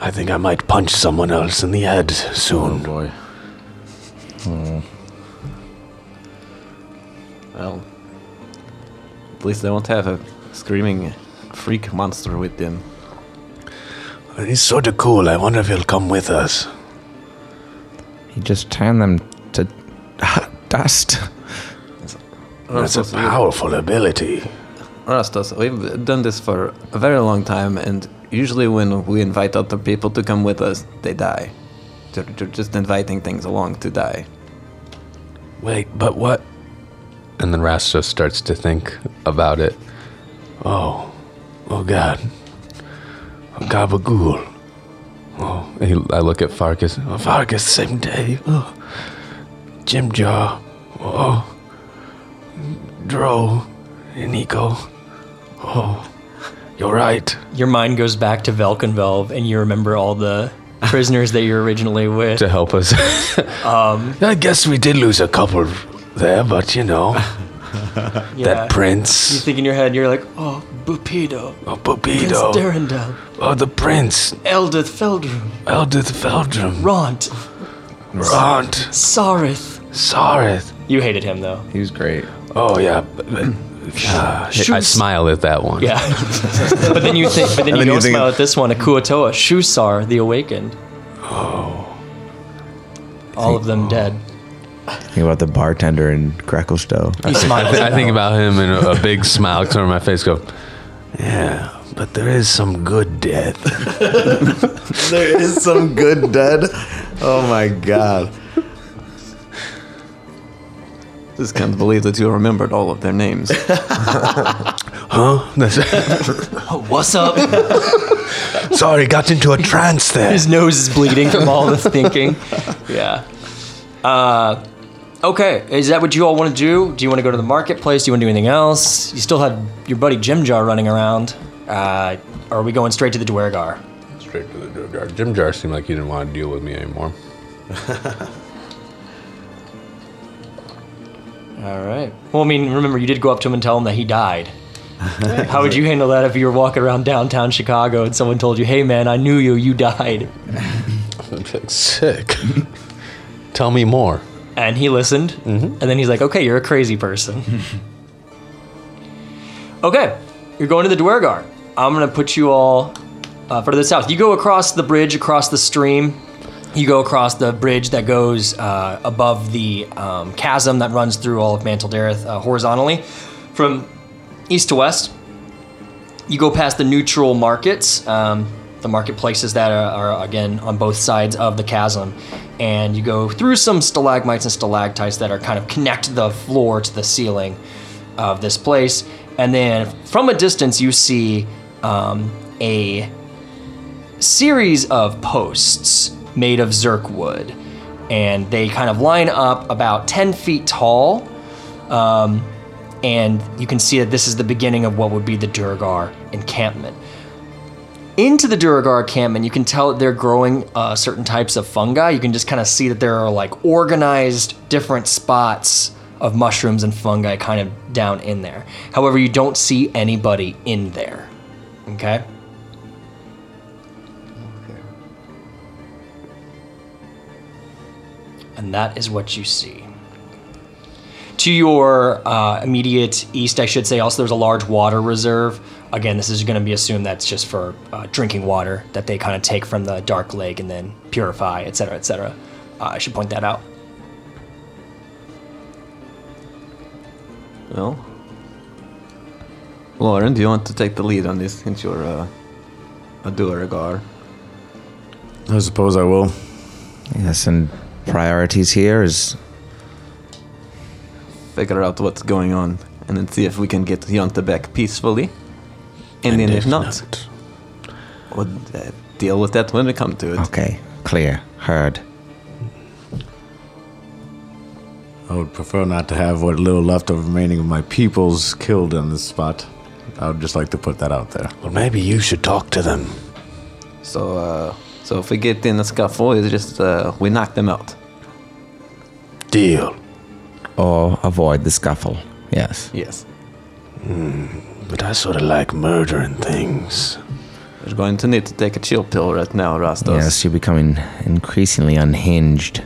Speaker 4: I think I might punch someone else in the head
Speaker 8: Oh
Speaker 4: soon.
Speaker 8: boy.
Speaker 3: Well, at least they won't have a screaming freak monster with them.
Speaker 4: He's sort of cool. I wonder if he'll come with us.
Speaker 7: You just turn them to dust.
Speaker 4: That's a powerful ability.
Speaker 3: Rastas, we've done this for a very long time, and usually when we invite other people to come with us, they die. They're, they're just inviting things along to die.
Speaker 4: Wait, but what?
Speaker 5: And then Rasta starts to think about it.
Speaker 4: Oh, oh God, oh, Gabagool,
Speaker 5: He, I look at Farkas.
Speaker 4: oh, Vargas, same day, oh, Jim Jaw, oh, Dro, Nico, oh, you're right.
Speaker 2: Your mind goes back to Velkenvelve, and you remember all the prisoners that you were originally with.
Speaker 5: To help us.
Speaker 4: I guess we did lose a couple there, but you know,
Speaker 2: Yeah.
Speaker 4: that
Speaker 2: You
Speaker 4: prince,
Speaker 2: think in your head, you're like, oh, Bupido,
Speaker 4: oh,
Speaker 2: Prince
Speaker 4: Bobido,
Speaker 2: Durandal,
Speaker 4: oh, the prince,
Speaker 2: Eldith Feldrum,
Speaker 4: Eldith Feldrum,
Speaker 2: Ront,
Speaker 4: Rant,
Speaker 2: Sarith.
Speaker 4: Sareth,
Speaker 2: You hated him, though.
Speaker 8: He was great.
Speaker 4: oh yeah, b- b- ah,
Speaker 5: I
Speaker 2: Shoes-
Speaker 5: smile at that one.
Speaker 2: Yeah. but then you think, but then you
Speaker 7: then you
Speaker 2: don't
Speaker 7: think-
Speaker 2: smile at this one, Akuatoa, Shusar, the Awakened. Oh. All of them dead.
Speaker 7: Think about the bartender in Cracklestow.
Speaker 2: He smiles.
Speaker 5: I think about him and a, a big smile comes on my face. Go,
Speaker 4: yeah, but there is some good death.
Speaker 8: there is some good dead. Oh my god.
Speaker 3: Just can't believe that you remembered all of their names.
Speaker 2: What's up?
Speaker 4: Sorry, got into a trance there.
Speaker 2: His nose is bleeding from all the thinking. Yeah. Uh, okay. Is that what you all want to do? Do you want to go to the marketplace? Do you want to do anything else? You still had your buddy Jim Jar running around. Uh, or are we going straight to the Dwergar?
Speaker 5: Straight to the Jim Jar. Jim Jar seemed like he didn't want to deal with me anymore.
Speaker 2: All right. Well, I mean, remember you did go up to him and tell him that he died. How would you handle that if you were walking around downtown Chicago and someone told you, "Hey, man, I knew you. You died,"
Speaker 5: Sick. Tell me more.
Speaker 2: and he listened, and then he's like, "Okay, you're a crazy person." okay, you're going to the Dwergar. I'm gonna put you all uh, further south. You go across the bridge, across the stream. You go across the bridge that goes uh, above the um, chasm that runs through all of Manteldareth uh, horizontally, from east to west. You go past the neutral markets, um, the marketplaces that are, are again on both sides of the chasm, and you go through some stalagmites and stalactites that are kind of connect the floor to the ceiling of this place. And then from a distance, you see um, a series of posts made of zirk wood, and they kind of line up about 10 feet tall and you can see that this is the beginning of what would be the Durgar encampment. Into the Durgar encampment, you can tell that they're growing uh, certain types of fungi. You can just kind of see that there are like organized different spots of mushrooms and fungi kind of down in there. However, you don't see anybody in there. Okay? And that is what you see to your uh, immediate east, I should say, also there's a large water reserve. Again, this is going to be assumed that's just for uh, drinking water that they kind of take from the dark lake and then purify, et cetera, et Cetera. Uh, I should point that out.
Speaker 3: well, Lauren, do you want to take the lead on this since you're uh, a Duergar?
Speaker 8: I suppose I will.
Speaker 7: yes, and priorities here is
Speaker 3: Figure out what's going on and then see if we can get Yonta back peacefully. And, then if, not, we'll uh, deal with that when we come to it.
Speaker 7: okay, clear, heard.
Speaker 8: I would prefer not to have what little left of remaining of my peoples killed in this spot. I would just like to put that out there.
Speaker 4: Well, maybe you should talk to them.
Speaker 3: So, uh, so if we get in a scuffle, it's just uh, we knock them out.
Speaker 4: Deal.
Speaker 7: Or avoid the scuffle. Yes.
Speaker 3: Yes.
Speaker 4: But I sort of like murdering things.
Speaker 3: We're going to need to take a chill pill right now, Rastos.
Speaker 7: Yes, you're becoming increasingly unhinged.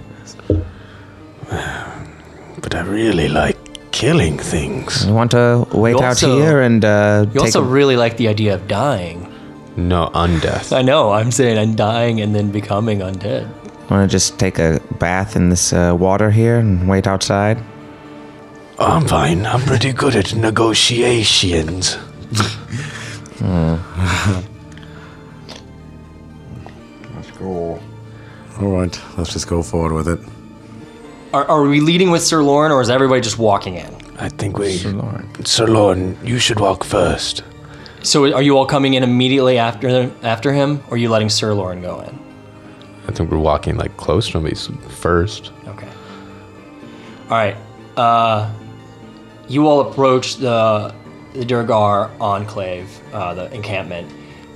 Speaker 4: But I really like killing things.
Speaker 7: You want to wait
Speaker 2: You
Speaker 7: out
Speaker 2: also-
Speaker 7: here and uh,
Speaker 2: You
Speaker 7: take
Speaker 2: also
Speaker 7: a-
Speaker 2: really like the idea of dying.
Speaker 5: No, undeath.
Speaker 2: I know, I'm saying I'm dying and then becoming undead.
Speaker 7: want to just take a bath in this uh, water here and wait outside?
Speaker 4: I'm fine. I'm pretty good at negotiations.
Speaker 8: All right, let's just go forward with it.
Speaker 2: Are, are we leading with Sir Lauren, or is everybody just walking in?
Speaker 4: I think we. Sir Lauren. you should walk first.
Speaker 2: So are you all coming in immediately after them, after him, or are you letting Sir Lauren go in?
Speaker 5: I think we're walking like close to him. He's first.
Speaker 2: Okay. All right. Uh, you all approach the the Durgar enclave, uh, the encampment,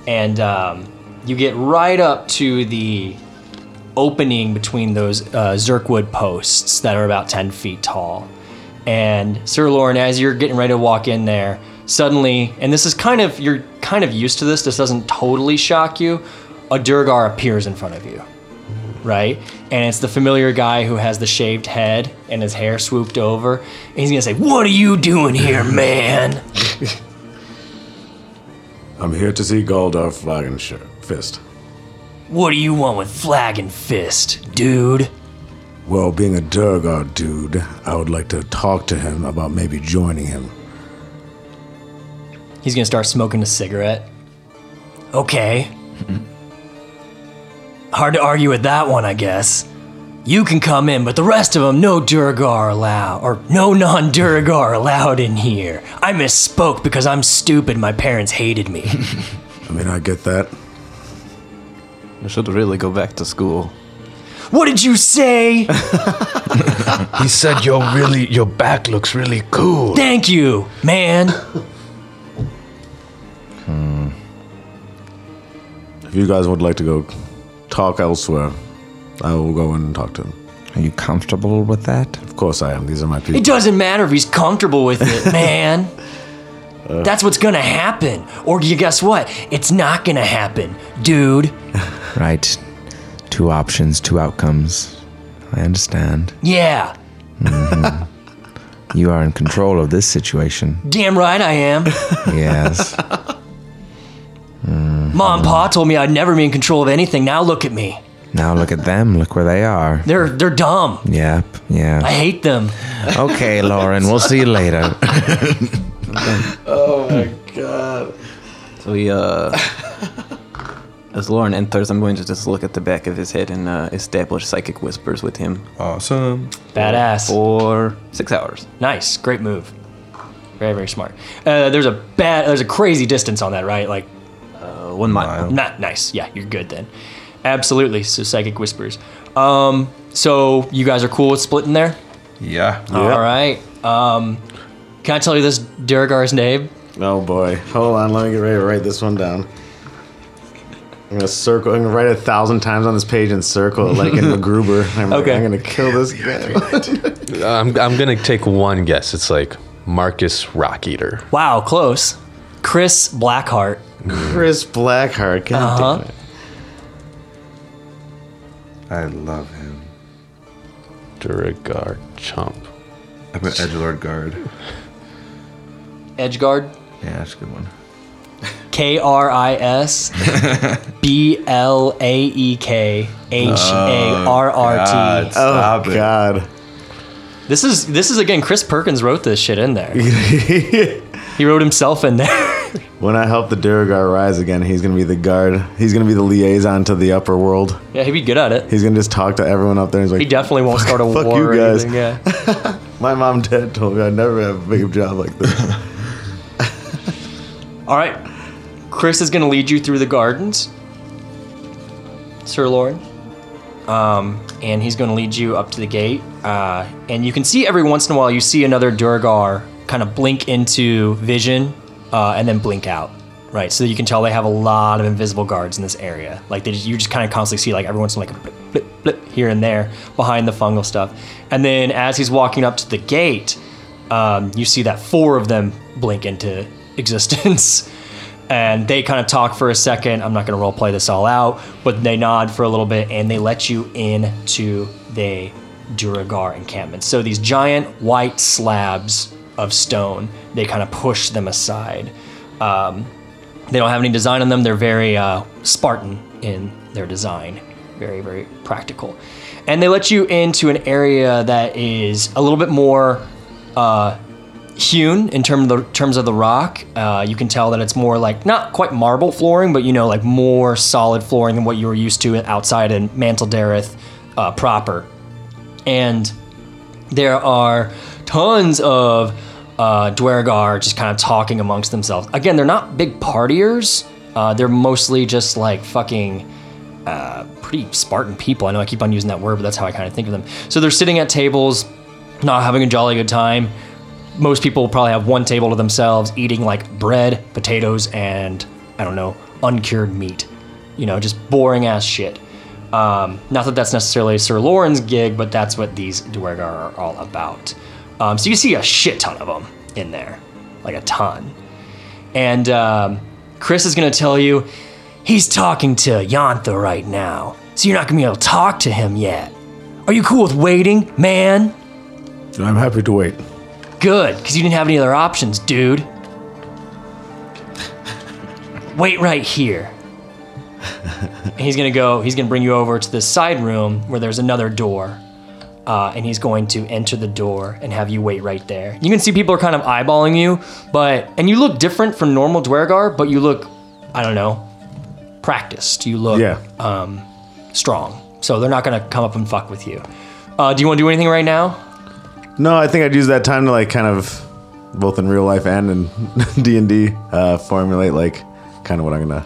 Speaker 2: and um, you get right up to the opening between those uh, Zirkwood posts that are about ten feet tall. And Sir Lauren, as you're getting ready to walk in there, suddenly, and this is kind of you're kind of used to this. This doesn't totally shock you. A Durgar appears in front of you right? And it's the familiar guy who has the shaved head and his hair swooped over. And he's gonna say, What are you doing here, man?
Speaker 8: I'm here to see Goldar Flagon Shirt Fist.
Speaker 2: What do you want with flag and fist, dude?
Speaker 8: Well, being a Durgar dude, I would like to talk to him about maybe joining him.
Speaker 2: He's gonna start smoking a cigarette. Okay. Hard to argue with that one, I guess. You can come in, but the rest of them, no Durgar allowed, or no non Durgar allowed in here. I misspoke because I'm stupid. My parents hated me.
Speaker 8: I mean, I get that.
Speaker 3: You should really go back to school.
Speaker 2: what did you say?
Speaker 4: He said your really your back looks really cool.
Speaker 2: Thank you, man.
Speaker 8: If you guys would like to go talk elsewhere, I will go in and talk to him.
Speaker 7: Are you comfortable with that?
Speaker 8: Of course I am. These are my people.
Speaker 2: It doesn't matter if he's comfortable with it, Uh. man. That's what's gonna happen. Or you guess what? It's not gonna happen, dude.
Speaker 7: Right. Two options, two outcomes. I understand.
Speaker 2: Yeah.
Speaker 7: You are in control of this situation.
Speaker 2: Damn right I am.
Speaker 7: Yes.
Speaker 2: Mom and Pa told me I'd never be in control of anything. Now look at me.
Speaker 7: now look at them. Look where they are.
Speaker 2: They're they're dumb.
Speaker 7: Yep.
Speaker 2: I
Speaker 7: Yeah.
Speaker 2: hate them.
Speaker 7: Okay, Lauren. We'll see you later.
Speaker 3: So he, uh, as Lauren enters, I'm going to just look at the back of his head and uh, establish psychic whispers with him
Speaker 7: Awesome.
Speaker 2: Badass.
Speaker 3: for six hours.
Speaker 2: Nice. Great move. Very, very smart. Uh, there's a bad there's a crazy distance on that, right? Like
Speaker 3: Uh, one mile.
Speaker 2: Not nice. Yeah, you're good then. Absolutely. So psychic whispers. Um, so you guys are cool with splitting there?
Speaker 7: Yeah.
Speaker 2: All right. Um, can I tell you this Durgar's name?
Speaker 8: Oh boy. Hold on, let me get ready to write this one down. I'm gonna circle. I'm gonna write a thousand times on this page and circle it like in MacGruber. I'm,
Speaker 2: Okay.
Speaker 8: I'm gonna kill this guy.
Speaker 5: I'm, I'm gonna take one guess. It's like Marcus Rock Eater.
Speaker 2: Wow, close. Chris Blackheart.
Speaker 8: Chris Blackheart. God
Speaker 2: Uh-huh.
Speaker 8: damn it.
Speaker 9: I love him.
Speaker 5: Duragar Chump.
Speaker 9: I put Edgelord Guard.
Speaker 2: Edgeguard.
Speaker 9: Yeah, that's a good one.
Speaker 2: K R I S B L A E K H A R
Speaker 8: Oh,
Speaker 2: R
Speaker 9: God,
Speaker 2: T.
Speaker 9: stop it.
Speaker 8: God.
Speaker 2: This is this is again Chris Perkins wrote this shit in there. he wrote himself in there.
Speaker 8: When I help the Duragar rise again, he's gonna be the guard. He's gonna be the liaison to the upper world.
Speaker 2: yeah, he'd be good at it.
Speaker 8: He's gonna just talk to everyone up there. He's like,
Speaker 2: He definitely won't start a
Speaker 8: fuck
Speaker 2: war
Speaker 8: you
Speaker 2: or
Speaker 8: guys.
Speaker 2: anything. Yeah.
Speaker 8: my mom, and dad told me I'd never have a big job like this.
Speaker 2: All right. Chris is going to lead you through the gardens, Sir Lauren. Um, and he's going to lead you up to the gate. Uh, and you can see every once in a while, you see another Durgar kind of blink into vision uh, and then blink out. Right, so you can tell they have a lot of invisible guards in this area. Like they just, you just kind of constantly see like every once in a while, like a blip, blip, blip here and there behind the fungal stuff. And then as he's walking up to the gate, um, you see that four of them blink into existence. And they kind of talk for a second. I'm not going to role play this all out, but they nod for a little bit and they let you into the Duragar encampment. So these giant white slabs of stone, they kind of push them aside. Um, they don't have any design on them. They're very uh, Spartan in their design, very, very practical. And they let you into an area that is a little bit more uh, hewn in term of the, terms of the rock. Uh, you can tell that it's more like not quite marble flooring, but you know, like more solid flooring than what you were used to outside in Manteldareth uh, proper. And there are tons of uh, Dwergar just kind of talking amongst themselves. Again, they're not big partiers. Uh, they're mostly just like fucking uh, pretty Spartan people. I know I keep on using that word, but that's how I kind of think of them. So they're sitting at tables, not having a jolly good time. Most people probably have one table to themselves, eating like bread, potatoes, and I don't know, uncured meat. You know, just boring ass shit. Um, not that that's necessarily Sir Lauren's gig, but that's what these Dwergar are all about. Um, so you see a shit ton of them in there, like a ton. And um, Chris is going to tell you he's talking to Yantha right now, so you're not going to be able to talk to him yet. Are you cool with waiting, man?
Speaker 8: I'm happy to wait.
Speaker 2: Good, because you didn't have any other options, dude. Wait right here. And he's gonna go. He's gonna bring you over to this side room where there's another door, uh, and he's going to enter the door and have you wait right there. You can see people are kind of eyeballing you, but and you look different from normal Dwergar, but you look, I don't know, practiced. You look
Speaker 8: Yeah.
Speaker 2: strong, so they're not gonna come up and fuck with you. Uh, do you want to do anything right now?
Speaker 8: No, I think I'd use that time to like kind of both in real life and in D and D uh, formulate like kind of what I'm gonna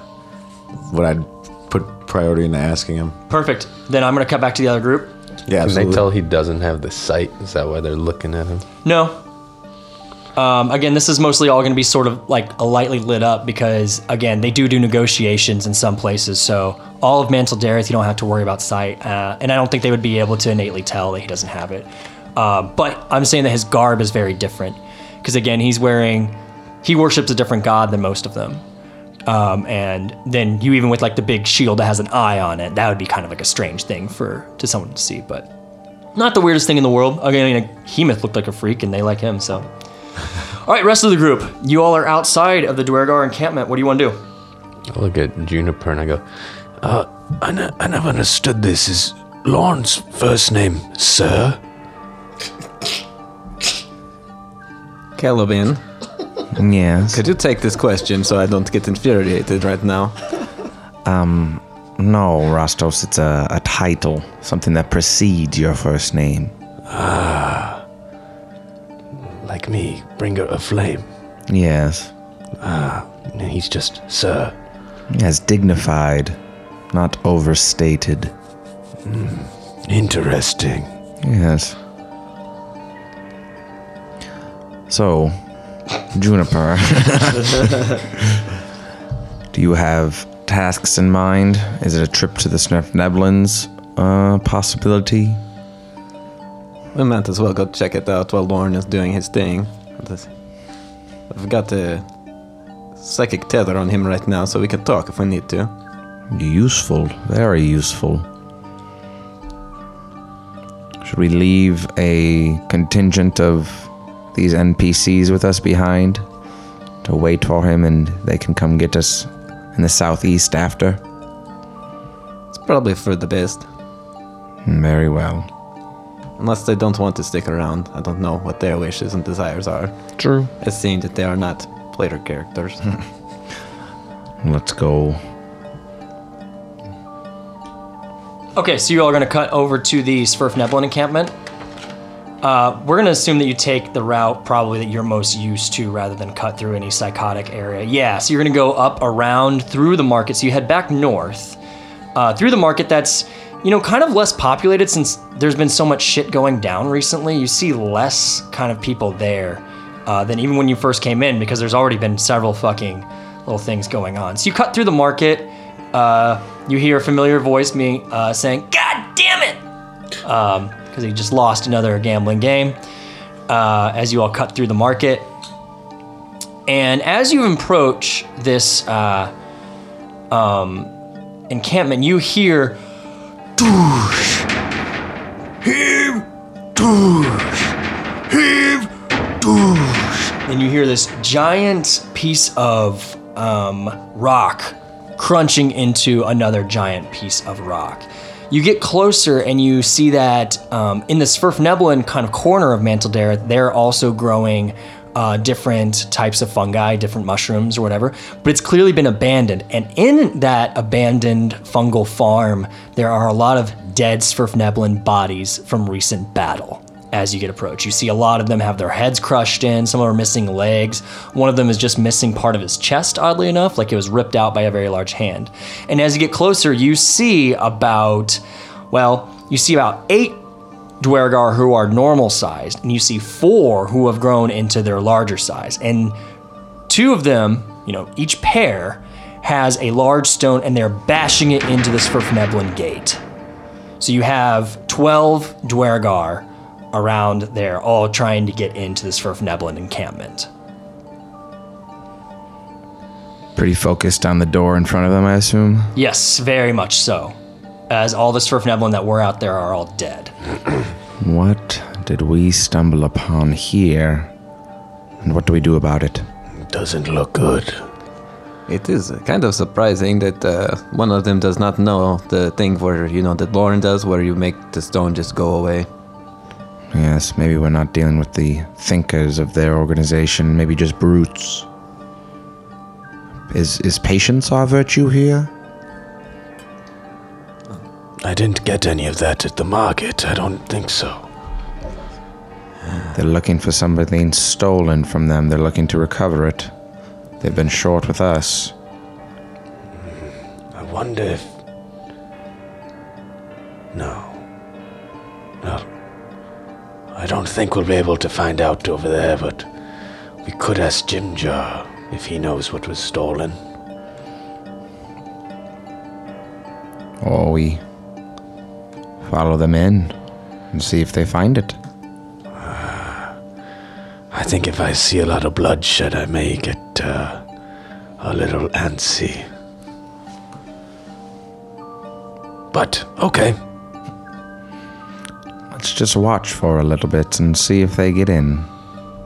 Speaker 8: what I'd put priority into asking him.
Speaker 2: Perfect. Then I'm gonna cut back to the other group.
Speaker 8: Yeah,
Speaker 5: Can they
Speaker 8: absolutely.
Speaker 5: tell he doesn't have the sight? Is that why they're looking at him?
Speaker 2: No. Um, again, this is mostly all going to be sort of like a lightly lit up because again, they do do negotiations in some places. So all of Mantle Dareth, you don't have to worry about sight, uh, and I don't think they would be able to innately tell that he doesn't have it. Uh, but I'm saying that his garb is very different because again, he's wearing he worships a different god than most of them. Um, and then you even with like the big shield that has an eye on it, that would be kind of like a strange thing for to someone to see, but not the weirdest thing in the world. Again, I mean, Hemoth looked like a freak, and they like him. So, all right, rest of the group. You all are outside of the Dwergar encampment. What do you want to do?
Speaker 5: I look at Juniper and I go,
Speaker 4: "Uh, I, ne- I never understood this. Is Lorne's first name Sir?
Speaker 3: Caliban,
Speaker 7: Yes.
Speaker 3: could you take this question so I don't get infuriated right now?
Speaker 7: no, Rostos, it's a, a title, something that precedes your first name.
Speaker 4: Like me, bringer of flame.
Speaker 7: Yes.
Speaker 4: And he's just Sir.
Speaker 7: As dignified, not overstated.
Speaker 4: Interesting.
Speaker 7: Yes. So, Juniper, do you have tasks in mind? Is it a trip to the Snurf Neblins uh, possibility?
Speaker 3: We might as well go check it out while Lauren is doing his thing. This- I've got a psychic tether on him right now, so we can talk if we need to.
Speaker 7: Useful, very useful. Should we leave a contingent of these NPCs with us behind to wait for him and they can come get us in the southeast after?
Speaker 3: It's probably for the best,
Speaker 7: Very well.
Speaker 3: unless they don't want to stick around. I don't know what their wishes and desires are.
Speaker 7: True.
Speaker 3: It seems that they are not player characters.
Speaker 7: Let's go.
Speaker 2: Okay, so you all are going to cut over to the Swerf Neblin encampment. Uh, we're going to assume that you take the route probably that you're most used to rather than cut through any psychotic area. Yeah, so you're going to go up around through the market. So you head back north uh, through the market that's, you know, kind of less populated since there's been so much shit going down recently. You see less kind of people there uh, than even when you first came in because there's already been several fucking little things going on. So you cut through the market. Uh, you hear a familiar voice being, uh, saying, God damn it! because he just lost another gambling game uh, as you all cut through the market. And as you approach this uh, um, encampment, you hear "Doosh! Heave! Doosh! Heave! Doosh!" and you hear this giant piece of um, rock crunching into another giant piece of rock. You get closer and you see that um, in the Sverfneblin kind of corner of Mantledare, they're also growing uh, different types of fungi, different mushrooms or whatever, but it's clearly been abandoned. And in that abandoned fungal farm, there are a lot of dead Sverfneblin bodies from recent battle as you get approached. You see a lot of them have their heads crushed in, some are missing legs. One of them is just missing part of his chest, oddly enough, like it was ripped out by a very large hand. And as you get closer, you see about, well, you see about eight Dwergar who are normal sized, and you see four who have grown into their larger size. And two of them, you know, each pair has a large stone and they're bashing it into this Furfneblin gate. So you have 12 Dwergar around there, all trying to get into this Furfneblin encampment.
Speaker 7: Pretty focused on the door in front of them, I assume.
Speaker 2: Yes, very much so. As all the Sverfneblin that were out there are all dead.
Speaker 7: What did we stumble upon here? And what do we do about it?
Speaker 4: Doesn't look good.
Speaker 3: It is kind of surprising that uh, one of them does not know the thing where, you know, that Lauren does, where you make the stone just go away.
Speaker 7: Yes, maybe we're not dealing with the thinkers of their organization, maybe just brutes. Is is patience our virtue here?
Speaker 4: I didn't get any of that at the market. I don't think so.
Speaker 7: They're looking for something stolen from them. They're looking to recover it. They've been short with us.
Speaker 4: I wonder if. No. No. I don't think we'll be able to find out over there, but we could ask Jim Jar if he knows what was stolen.
Speaker 7: Or we follow them in and see if they find it.
Speaker 4: I think if I see a lot of bloodshed, I may get uh, a little antsy. But, okay.
Speaker 7: Let's just watch for a little bit and see if they get in.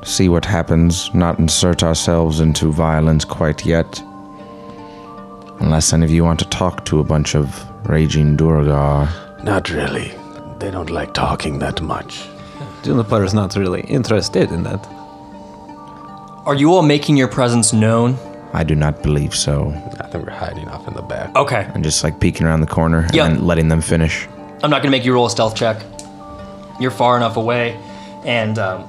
Speaker 7: See what happens, not insert ourselves into violence quite yet. Unless any of you want to talk to a bunch of raging Durgar.
Speaker 4: Not really. They don't like talking that much.
Speaker 3: Juniper is not really interested in that.
Speaker 2: Are you all making your presence known?
Speaker 7: I do not believe so.
Speaker 5: I think we're hiding off in the back.
Speaker 2: Okay.
Speaker 7: And just like peeking around the corner
Speaker 2: Yeah.
Speaker 7: and letting them finish.
Speaker 2: I'm not going to make you roll a stealth check. You're far enough away, and um,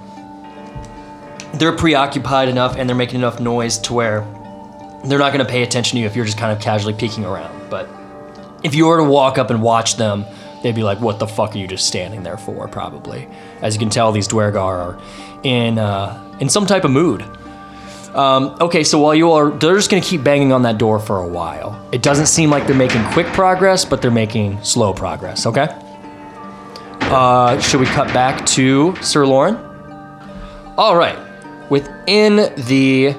Speaker 2: they're preoccupied enough and they're making enough noise to where they're not going to pay attention to you if you're just kind of casually peeking around. But if you were to walk up and watch them, they'd be like, "What the fuck are you just standing there for?" Probably, as you can tell, these Dwergar are in uh, in some type of mood. Um, okay, so while you are, they're just gonna keep banging on that door for a while. It doesn't seem like they're making quick progress, but they're making slow progress. Okay. Uh, should we cut back to Sir Lauren? All right. Within the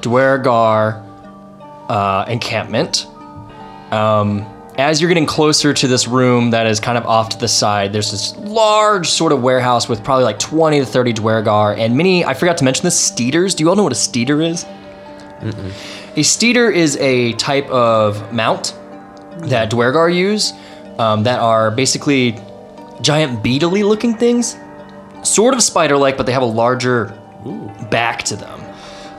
Speaker 2: Dwergar uh, encampment, um, as you're getting closer to this room that is kind of off to the side, there's this large sort of warehouse with probably like 20 to 30 Dwergar and many, I forgot to mention this, Steeders. Do you all know what a Steeder is? A Steeder is a type of mount that Dwergar use um, that are basically giant beetly looking things. Sort of spider like, but they have a larger back to them.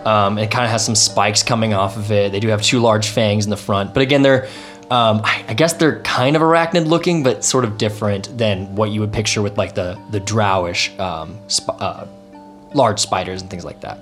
Speaker 2: Um, it kind of has some spikes coming off of it. They do have two large fangs in the front, but again, they're um, I I guess they're kind of arachnid looking, but sort of different than what you would picture with like the the drowish um, sp- uh, large spiders and things like that.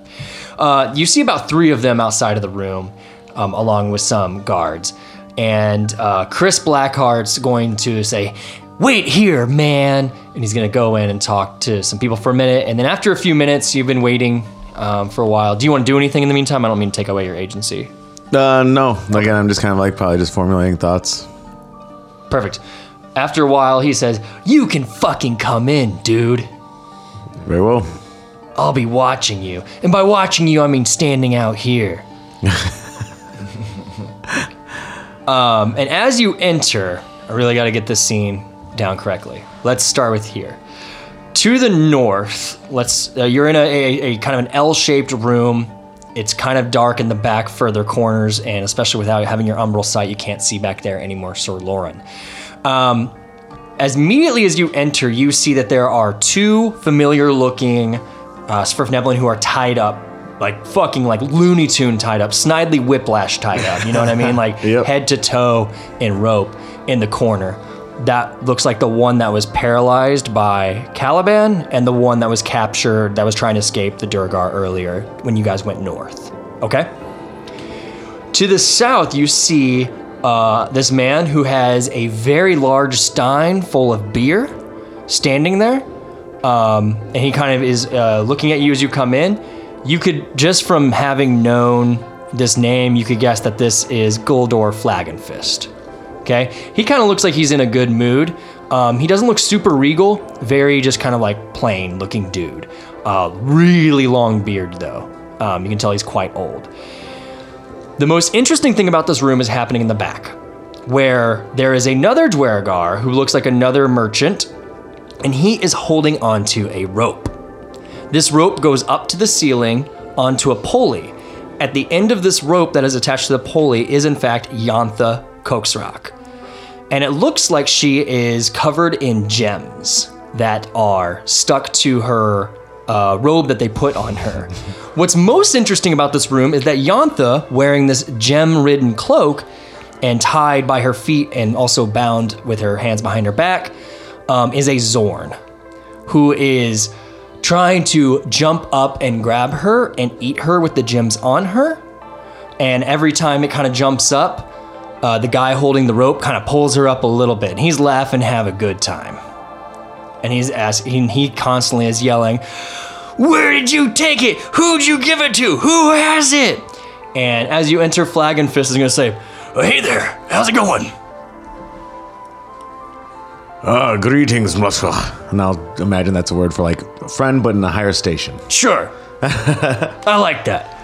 Speaker 2: Uh, you see about three of them outside of the room, um, along with some guards. And uh, Chris Blackheart's going to say, Wait here, man. And he's going to go in and talk to some people for a minute. And then after a few minutes, you've been waiting um, for a while. Do you want to do anything in the meantime? I don't mean to take away your agency.
Speaker 8: Uh, no. Again, I'm just kind of like probably just formulating thoughts.
Speaker 2: Perfect. After a while, he says, You can fucking come in, dude.
Speaker 8: Very well.
Speaker 2: I'll be watching you. And by watching you, I mean standing out here. um, and as you enter, I really got to get this scene down correctly. Let's start with here. To the north, let's. Uh, you're in a, a, a kind of an L-shaped room. It's kind of dark in the back, further corners, and especially without having your umbral sight, you can't see back there anymore, Sir Lauren. Um, As immediately as you enter, you see that there are two familiar-looking uh, Sfrefneblin who are tied up, like fucking like Looney Tune tied up, Snidely Whiplash tied up. You know what I mean? Like
Speaker 8: Yep.
Speaker 2: head to toe in rope in the corner. That looks like the one that was paralyzed by Caliban, and the one that was captured that was trying to escape the Durgar earlier when you guys went north. Okay. To the south, you see uh, this man who has a very large stein full of beer standing there. Um, and he kind of is uh, looking at you as you come in. You could, just from having known this name, you could guess that this is Goldor Flagonfist. Okay? He kind of looks like he's in a good mood. Um, he doesn't look super regal, very just kind of like plain looking dude. Uh, really long beard, though. Um, you can tell he's quite old. The most interesting thing about this room is happening in the back, where there is another Dwergar who looks like another merchant, and he is holding onto a rope. This rope goes up to the ceiling onto a pulley. At the end of this rope that is attached to the pulley is, in fact, Yantha Koksrak. And it looks like she is covered in gems that are stuck to her uh, robe that they put on her. What's most interesting about this room is that Yantha, wearing this gem ridden cloak and tied by her feet and also bound with her hands behind her back, um, is a Zorn who is trying to jump up and grab her and eat her with the gems on her. And every time it kind of jumps up, uh, the guy holding the rope kind of pulls her up a little bit. He's laughing, have a good time. And he's asking, he constantly is yelling, Where did you take it? Who'd you give it to? Who has it? And as you enter, Flag and Fist is going to say, "Oh, Hey there, how's it going?
Speaker 8: Ah, greetings, Muska. And I'll imagine that's a word for like friend, but in a higher station.
Speaker 2: Sure. I like that.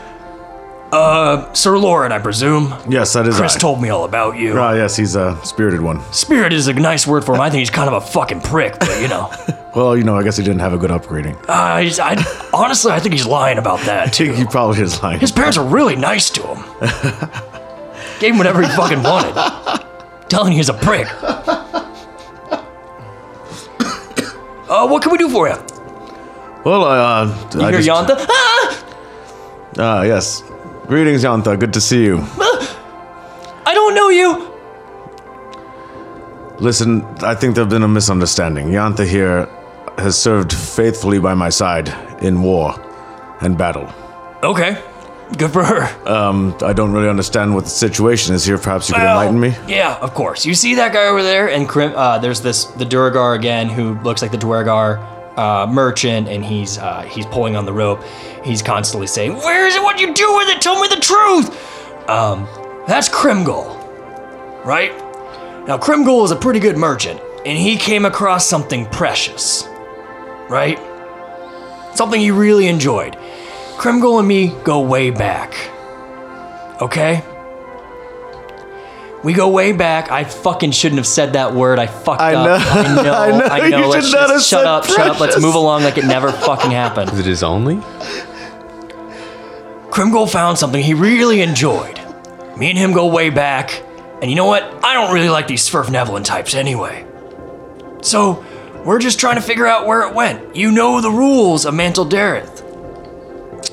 Speaker 2: Uh, Sir Lauren, I presume.
Speaker 8: Yes, that is
Speaker 2: Chris
Speaker 8: I.
Speaker 2: told me all about you.
Speaker 8: Ah, yes, he's a spirited one.
Speaker 2: Spirit is a nice word for him. I think he's kind of a fucking prick, but you know.
Speaker 8: Well, you know, I guess he didn't have a good upgrading. I
Speaker 2: Uh, he's, I, honestly, I think he's lying about that. too.
Speaker 8: think he probably is lying.
Speaker 2: His parents are really nice to him. Gave him whatever he fucking wanted. Telling you he's a prick. Uh, what can we do for you?
Speaker 8: Well, I, uh,
Speaker 2: You
Speaker 8: I
Speaker 2: hear
Speaker 8: just-
Speaker 2: Yonta? Ah!
Speaker 8: Ah, yes. Greetings, Yantha. Good to see you.
Speaker 2: I don't know you.
Speaker 8: Listen, I think there's been a misunderstanding. Yantha here has served faithfully by my side in war and battle.
Speaker 2: Okay. Good for her.
Speaker 8: I don't really understand what the situation is here. Perhaps you could
Speaker 2: Well,
Speaker 8: enlighten me.
Speaker 2: Yeah, of course. You see that guy over there, and Krim, uh, there's this the Durgar again, who looks like the Durgar uh, merchant, and he's uh, he's pulling on the rope. He's constantly saying, "Where is it? What you do with it? Tell me the truth." Um, that's Krimgul, right? Now Krimgul is a pretty good merchant, and he came across something precious, right? Something he really enjoyed. Krimgul and me go way back. Okay? We go way back. I fucking shouldn't have said that word. I fucked
Speaker 8: I
Speaker 2: up.
Speaker 8: know.
Speaker 2: I know.
Speaker 8: I know.
Speaker 2: I
Speaker 8: You
Speaker 2: know. Let's
Speaker 8: should not
Speaker 2: just
Speaker 8: have
Speaker 2: shut
Speaker 8: said
Speaker 2: up. Shut up. Let's
Speaker 8: precious.
Speaker 2: move along like it never fucking happened.
Speaker 5: Is it his only?
Speaker 2: Krimgul found something he really enjoyed. Me and him go way back. And you know what? I don't really like these Swerf Nevelin types anyway. So, we're just trying to figure out where it went. You know the rules of Mantle Dareth.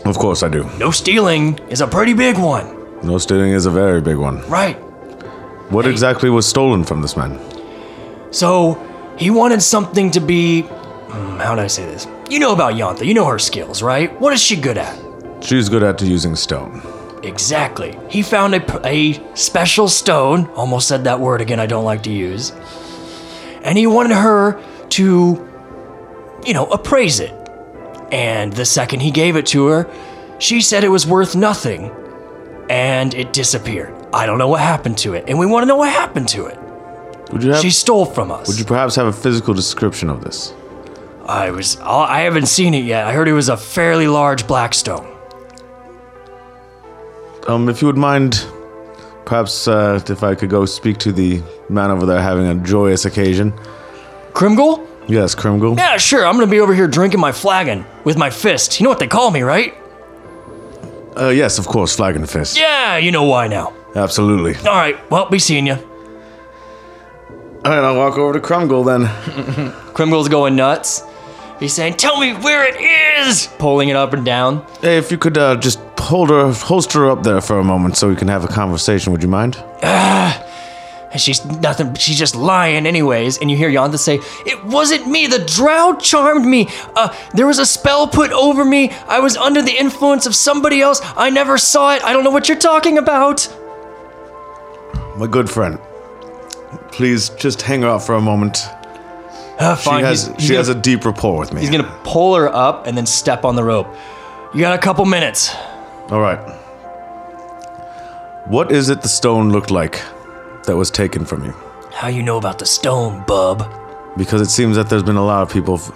Speaker 8: Of course, I do.
Speaker 2: No stealing is a pretty big one,
Speaker 8: No stealing is a very big one.
Speaker 2: right?
Speaker 8: What exactly was stolen from this man?
Speaker 2: So he wanted something to be. hmm, How do I say this? You know about Yantha. You know her skills, right? What is she good at?
Speaker 8: She's good at using stone.
Speaker 2: Exactly. He found a, p- a special stone. Almost said that word again, I don't like to use. And he wanted her to, you know, appraise it. And the second he gave it to her, she said it was worth nothing. And it disappeared. I don't know what happened to it. And we want to know what happened to it.
Speaker 8: Would you have?
Speaker 2: She stole from us.
Speaker 8: would you perhaps have a physical description of this?
Speaker 2: I was. I haven't seen it yet. I heard it was a fairly large black stone.
Speaker 8: Um, if you would mind, perhaps uh, if I could go speak to the man over there having a joyous occasion.
Speaker 2: Krimgul?
Speaker 8: Yes, Krimgul.
Speaker 2: Yeah, sure. I'm gonna be over here drinking my flagon with my fist. You know what they call me, right?
Speaker 8: Uh, yes, of course, flag and fist.
Speaker 2: Yeah, you know why now.
Speaker 8: Absolutely.
Speaker 2: All right. Well, be seeing you.
Speaker 8: right, I'll walk over to Crumgle then.
Speaker 2: Krimgle's going nuts. He's saying, "Tell me where it is!" Pulling it up and down.
Speaker 8: Hey, if you could uh, just hold her, holster her up there for a moment so we can have a conversation, would you mind?
Speaker 2: And she's nothing. She's just lying, anyways. And you hear Yantha say, "It wasn't me. The drought charmed me. Uh, there was a spell put over me. I was under the influence of somebody else. I never saw it. I don't know what you're talking about."
Speaker 8: My good friend, please just hang her up for a moment.
Speaker 2: Uh,
Speaker 8: She
Speaker 2: fine.
Speaker 8: has,
Speaker 2: he's,
Speaker 8: she
Speaker 2: he's gonna,
Speaker 8: has a deep rapport with me.
Speaker 2: he's gonna pull her up and then step on the rope. You got a couple minutes.
Speaker 8: All right. What is it the stone looked like that was taken from you?
Speaker 2: How you know about the stone, bub?
Speaker 8: Because it seems that there's been a lot of people f-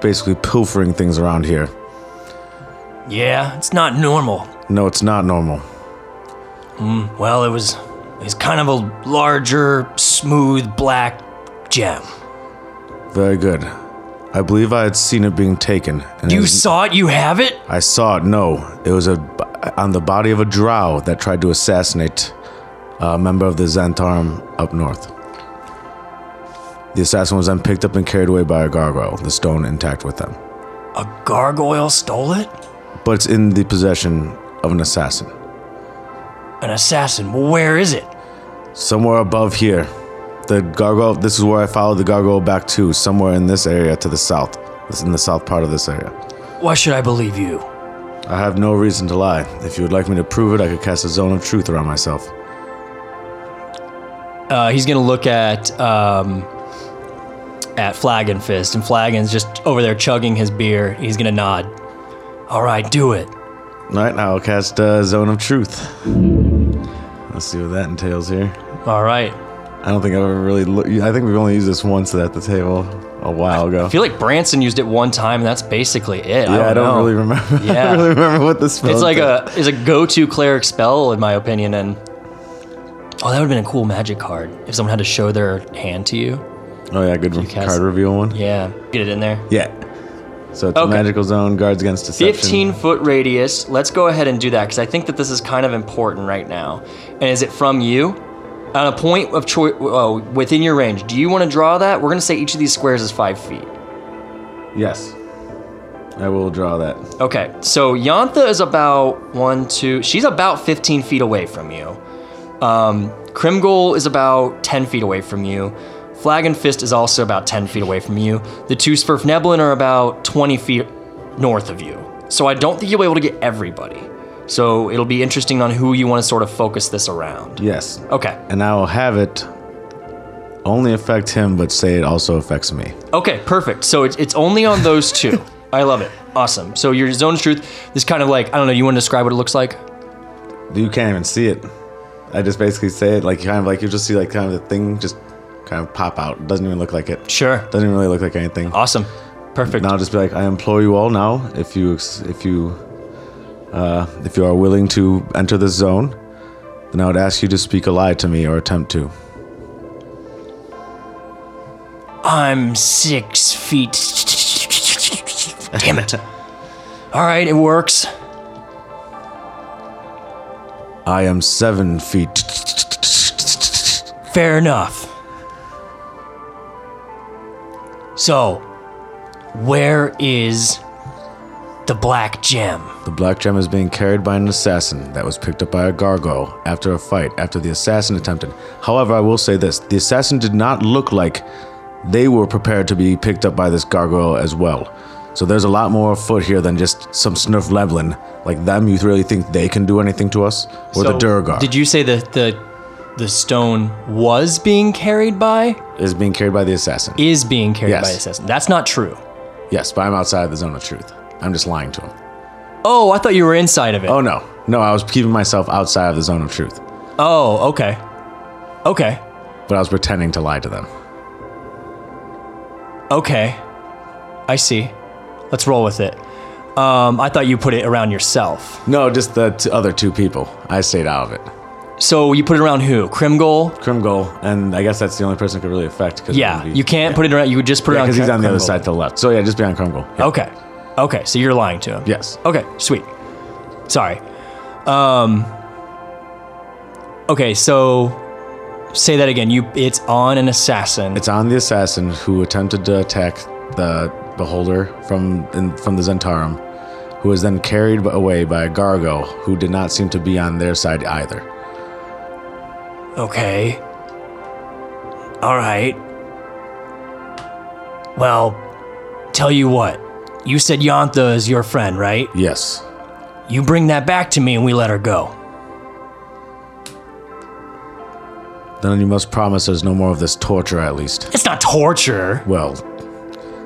Speaker 8: basically pilfering things around here.
Speaker 2: Yeah, it's not normal.
Speaker 8: No, it's not normal.
Speaker 2: Well, it was it's kind of a larger, smooth black gem.
Speaker 8: Very good. I believe I had seen it being taken. And it
Speaker 2: You
Speaker 8: was-
Speaker 2: saw it, you have it?
Speaker 8: I saw it. No, it was a on the body of a drow that tried to assassinate a member of the Xantarm up north. The assassin was then picked up and carried away by a gargoyle, the stone intact with them.
Speaker 2: A gargoyle stole it?
Speaker 8: But it's in the possession of an assassin.
Speaker 2: An assassin. Well, where is it?
Speaker 8: Somewhere above here. The gargoyle, this is where I followed the gargoyle back to, somewhere in this area to the south. This is in the south part of this area.
Speaker 2: Why should I believe you?
Speaker 8: I have no reason to lie. If you would like me to prove it, I could cast a zone of truth around myself.
Speaker 2: Uh, he's gonna look at um, at Flagon Fist, and Flagon's just over there chugging his beer. He's gonna nod. All right, do it.
Speaker 8: All right, now I'll cast uh, Zone of Truth. Let's see what that entails here.
Speaker 2: All right.
Speaker 8: I don't think I've ever really. Lo- I think we've only used this once at the table a while ago.
Speaker 2: I feel like Branson used it one time, and that's basically it.
Speaker 8: yeah, I don't
Speaker 2: know.
Speaker 8: really remember. I
Speaker 2: Yeah.
Speaker 8: don't really remember what this.
Speaker 2: It's
Speaker 8: spell
Speaker 2: like
Speaker 8: did.
Speaker 2: a is a go-to cleric spell in my opinion, and oh, that would have been a cool magic card if someone had to show their hand to you.
Speaker 8: Oh yeah, good
Speaker 2: cast-
Speaker 8: card reveal one. Yeah.
Speaker 2: Yeah, get it in there.
Speaker 8: So it's a
Speaker 2: Okay.
Speaker 8: magical zone guards against deception.
Speaker 2: Fifteen foot radius. Let's go ahead and do that because I think that this is kind of important right now. And is it from you? On a point of choice, oh, within your range. Do you want to draw that? We're gonna say each of these squares is five feet.
Speaker 8: Yes. I will draw that.
Speaker 2: Okay, so Yantha is about one, two. She's about 15 feet away from you. Um, Krimgul is about 10 feet away from you. Flag and Fist is also about 10 feet away from you. The two Sperfneblin are about 20 feet north of you. So I don't think you'll be able to get everybody. So it'll be interesting on who you want to sort of focus this around.
Speaker 8: Yes.
Speaker 2: Okay.
Speaker 8: And I will have it only affect him, but say it also affects me.
Speaker 2: Okay, perfect. So it's, it's only on those two. I love it. Awesome. So your zone of truth is kind of like, I don't know, you want to describe what it looks like?
Speaker 8: You can't even see it. I just basically say it like kind of like you just see like kind of the thing just kind of pop out. It doesn't even look like it.
Speaker 2: Sure.
Speaker 8: Doesn't even really look like anything.
Speaker 2: Awesome. Perfect.
Speaker 8: And I'll just be like, I implore you all now, if you ex- if you uh, if you are willing to enter this zone, then I would ask you to speak a lie to me or attempt to.
Speaker 2: I'm six feet. Damn it. All right, it works.
Speaker 8: I am seven feet.
Speaker 2: Fair enough. So, where is the black gem?
Speaker 8: The black gem is being carried by an assassin that was picked up by a gargoyle after a fight after the assassin attempted. However, I will say this the assassin did not look like they were prepared to be picked up by this gargoyle as well. So there's a lot more afoot here than just some snurf leblin. Like them, you really think they can do anything to us? Or the Durgar
Speaker 2: Did you say that the the stone was being carried by?
Speaker 8: is being carried by the assassin.
Speaker 2: Is being carried by
Speaker 8: Yes.
Speaker 2: the assassin. That's not true.
Speaker 8: yes, but I'm outside the zone of truth. I'm just lying to him.
Speaker 2: Oh, I thought you were inside of it.
Speaker 8: Oh no. No, I was keeping myself outside of the zone of truth.
Speaker 2: oh okay. Okay.
Speaker 8: But I was pretending to lie to them.
Speaker 2: Okay. I see. Let's roll with it. Um, I thought you put it around yourself.
Speaker 8: No, just the t- other two people. I stayed out of it.
Speaker 2: So you put it around who? Krimgol?
Speaker 8: Krimgol, and I guess that's the only person it could really affect. Cause
Speaker 2: Yeah. You can't put it around. You would just put it around
Speaker 8: because he's
Speaker 2: Krim-
Speaker 8: on the other
Speaker 2: Krimgul.
Speaker 8: side to the left. So yeah, just be on Krimgol. Yeah.
Speaker 2: Okay. Okay. So you're lying to him.
Speaker 8: Yes.
Speaker 2: Okay. Sweet. Sorry. Um. Okay. So Say that again. You, it's on an assassin.
Speaker 8: It's on the assassin who attempted to attack the beholder from in, from the Zentarum, who was then carried away by a Gargo who did not seem to be on their side either.
Speaker 2: Okay. All right. Well, tell you what. You said Yantha is your friend, right?
Speaker 8: Yes.
Speaker 2: You bring that back to me and we let her go.
Speaker 8: Then you must promise there's no more of this torture, at least.
Speaker 2: It's not torture.
Speaker 8: Well,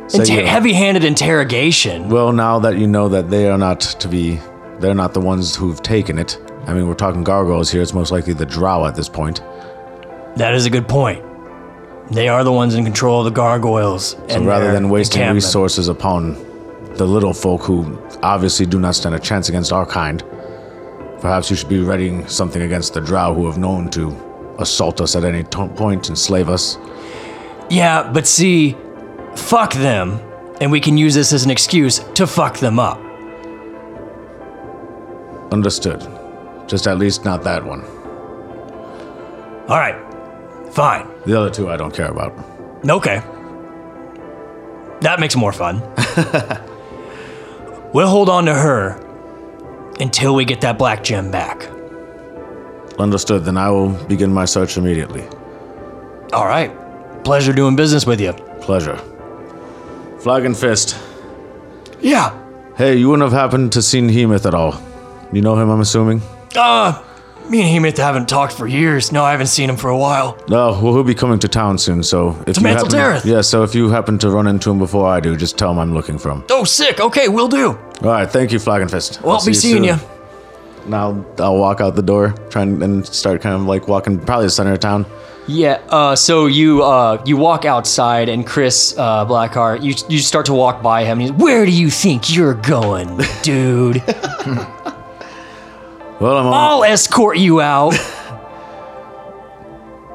Speaker 8: say
Speaker 2: It's
Speaker 8: you-
Speaker 2: heavy-handed interrogation.
Speaker 8: Well, now that you know that they are not to be, they're not the ones who've taken it. I mean, we're talking gargoyles here. It's most likely the drow at this point.
Speaker 2: That is a good point. They are the ones in control of the gargoyles.
Speaker 8: So
Speaker 2: and
Speaker 8: rather
Speaker 2: their
Speaker 8: than wasting
Speaker 2: encampment.
Speaker 8: resources upon the little folk who obviously do not stand a chance against our kind, perhaps you should be readying something against the drow who have known to assault us at any to- point and slave us.
Speaker 2: Yeah, but see, fuck them, and we can use this as an excuse to fuck them up.
Speaker 8: Understood. Just at least not that one.
Speaker 2: All right, fine.
Speaker 8: The other two I don't care about.
Speaker 2: Okay. That makes more fun. we'll hold on to her until we get that black gem back.
Speaker 8: Understood. Then I will begin my search immediately.
Speaker 2: All right. Pleasure doing business with you.
Speaker 8: Pleasure. Flag and fist.
Speaker 2: Yeah.
Speaker 8: Hey, you wouldn't have happened to seen Hemeth at all. You know him, I'm assuming?
Speaker 2: Uh, me and Hemith haven't talked for years. No, I haven't seen him for a while.
Speaker 8: No, well, he'll be coming to town soon, so if
Speaker 2: To
Speaker 8: you
Speaker 2: Mantle
Speaker 8: happen,
Speaker 2: Dareth.
Speaker 8: yeah, so if you happen to run into him before I do, just tell him I'm looking for him.
Speaker 2: Oh, sick. Okay, we'll do.
Speaker 8: All right, thank you, Flag and Fist.
Speaker 2: Well, I'll be seeing you.
Speaker 8: Now I'll walk out the door, try and, and start kind of like walking, probably the center of town.
Speaker 2: Yeah. Uh, so you uh, you walk outside, and Chris uh, Blackheart, you you start to walk by him. And he's, Where do you think you're going, dude?
Speaker 8: Well, I'm on.
Speaker 2: I'll escort you out.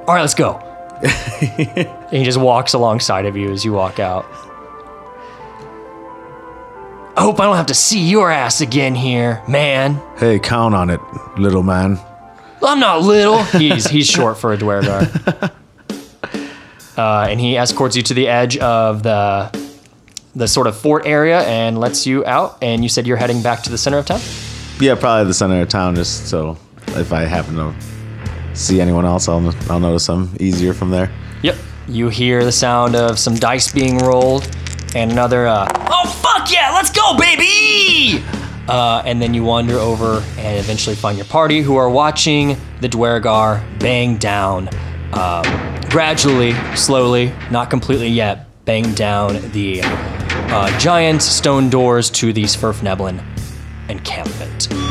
Speaker 2: All right, let's go. and he just walks alongside of you as you walk out. I hope I don't have to see your ass again here, man.
Speaker 8: Hey, count on it, little man.
Speaker 2: I'm not little. He's he's short for a dwargar. Uh, and he escorts you to the edge of the the sort of fort area and lets you out. And you said you're heading back to the center of town.
Speaker 8: Yeah, probably the center of town, just so if I happen to see anyone else, I'll I'll notice them easier from there.
Speaker 2: Yep. You hear the sound of some dice being rolled and another. Uh, oh fuck yeah! Let's go, baby! Uh, and then you wander over and eventually find your party who are watching the Dwergar bang down, um, gradually, slowly, not completely yet, bang down the uh, giant stone doors to the Sverfneblin encampment.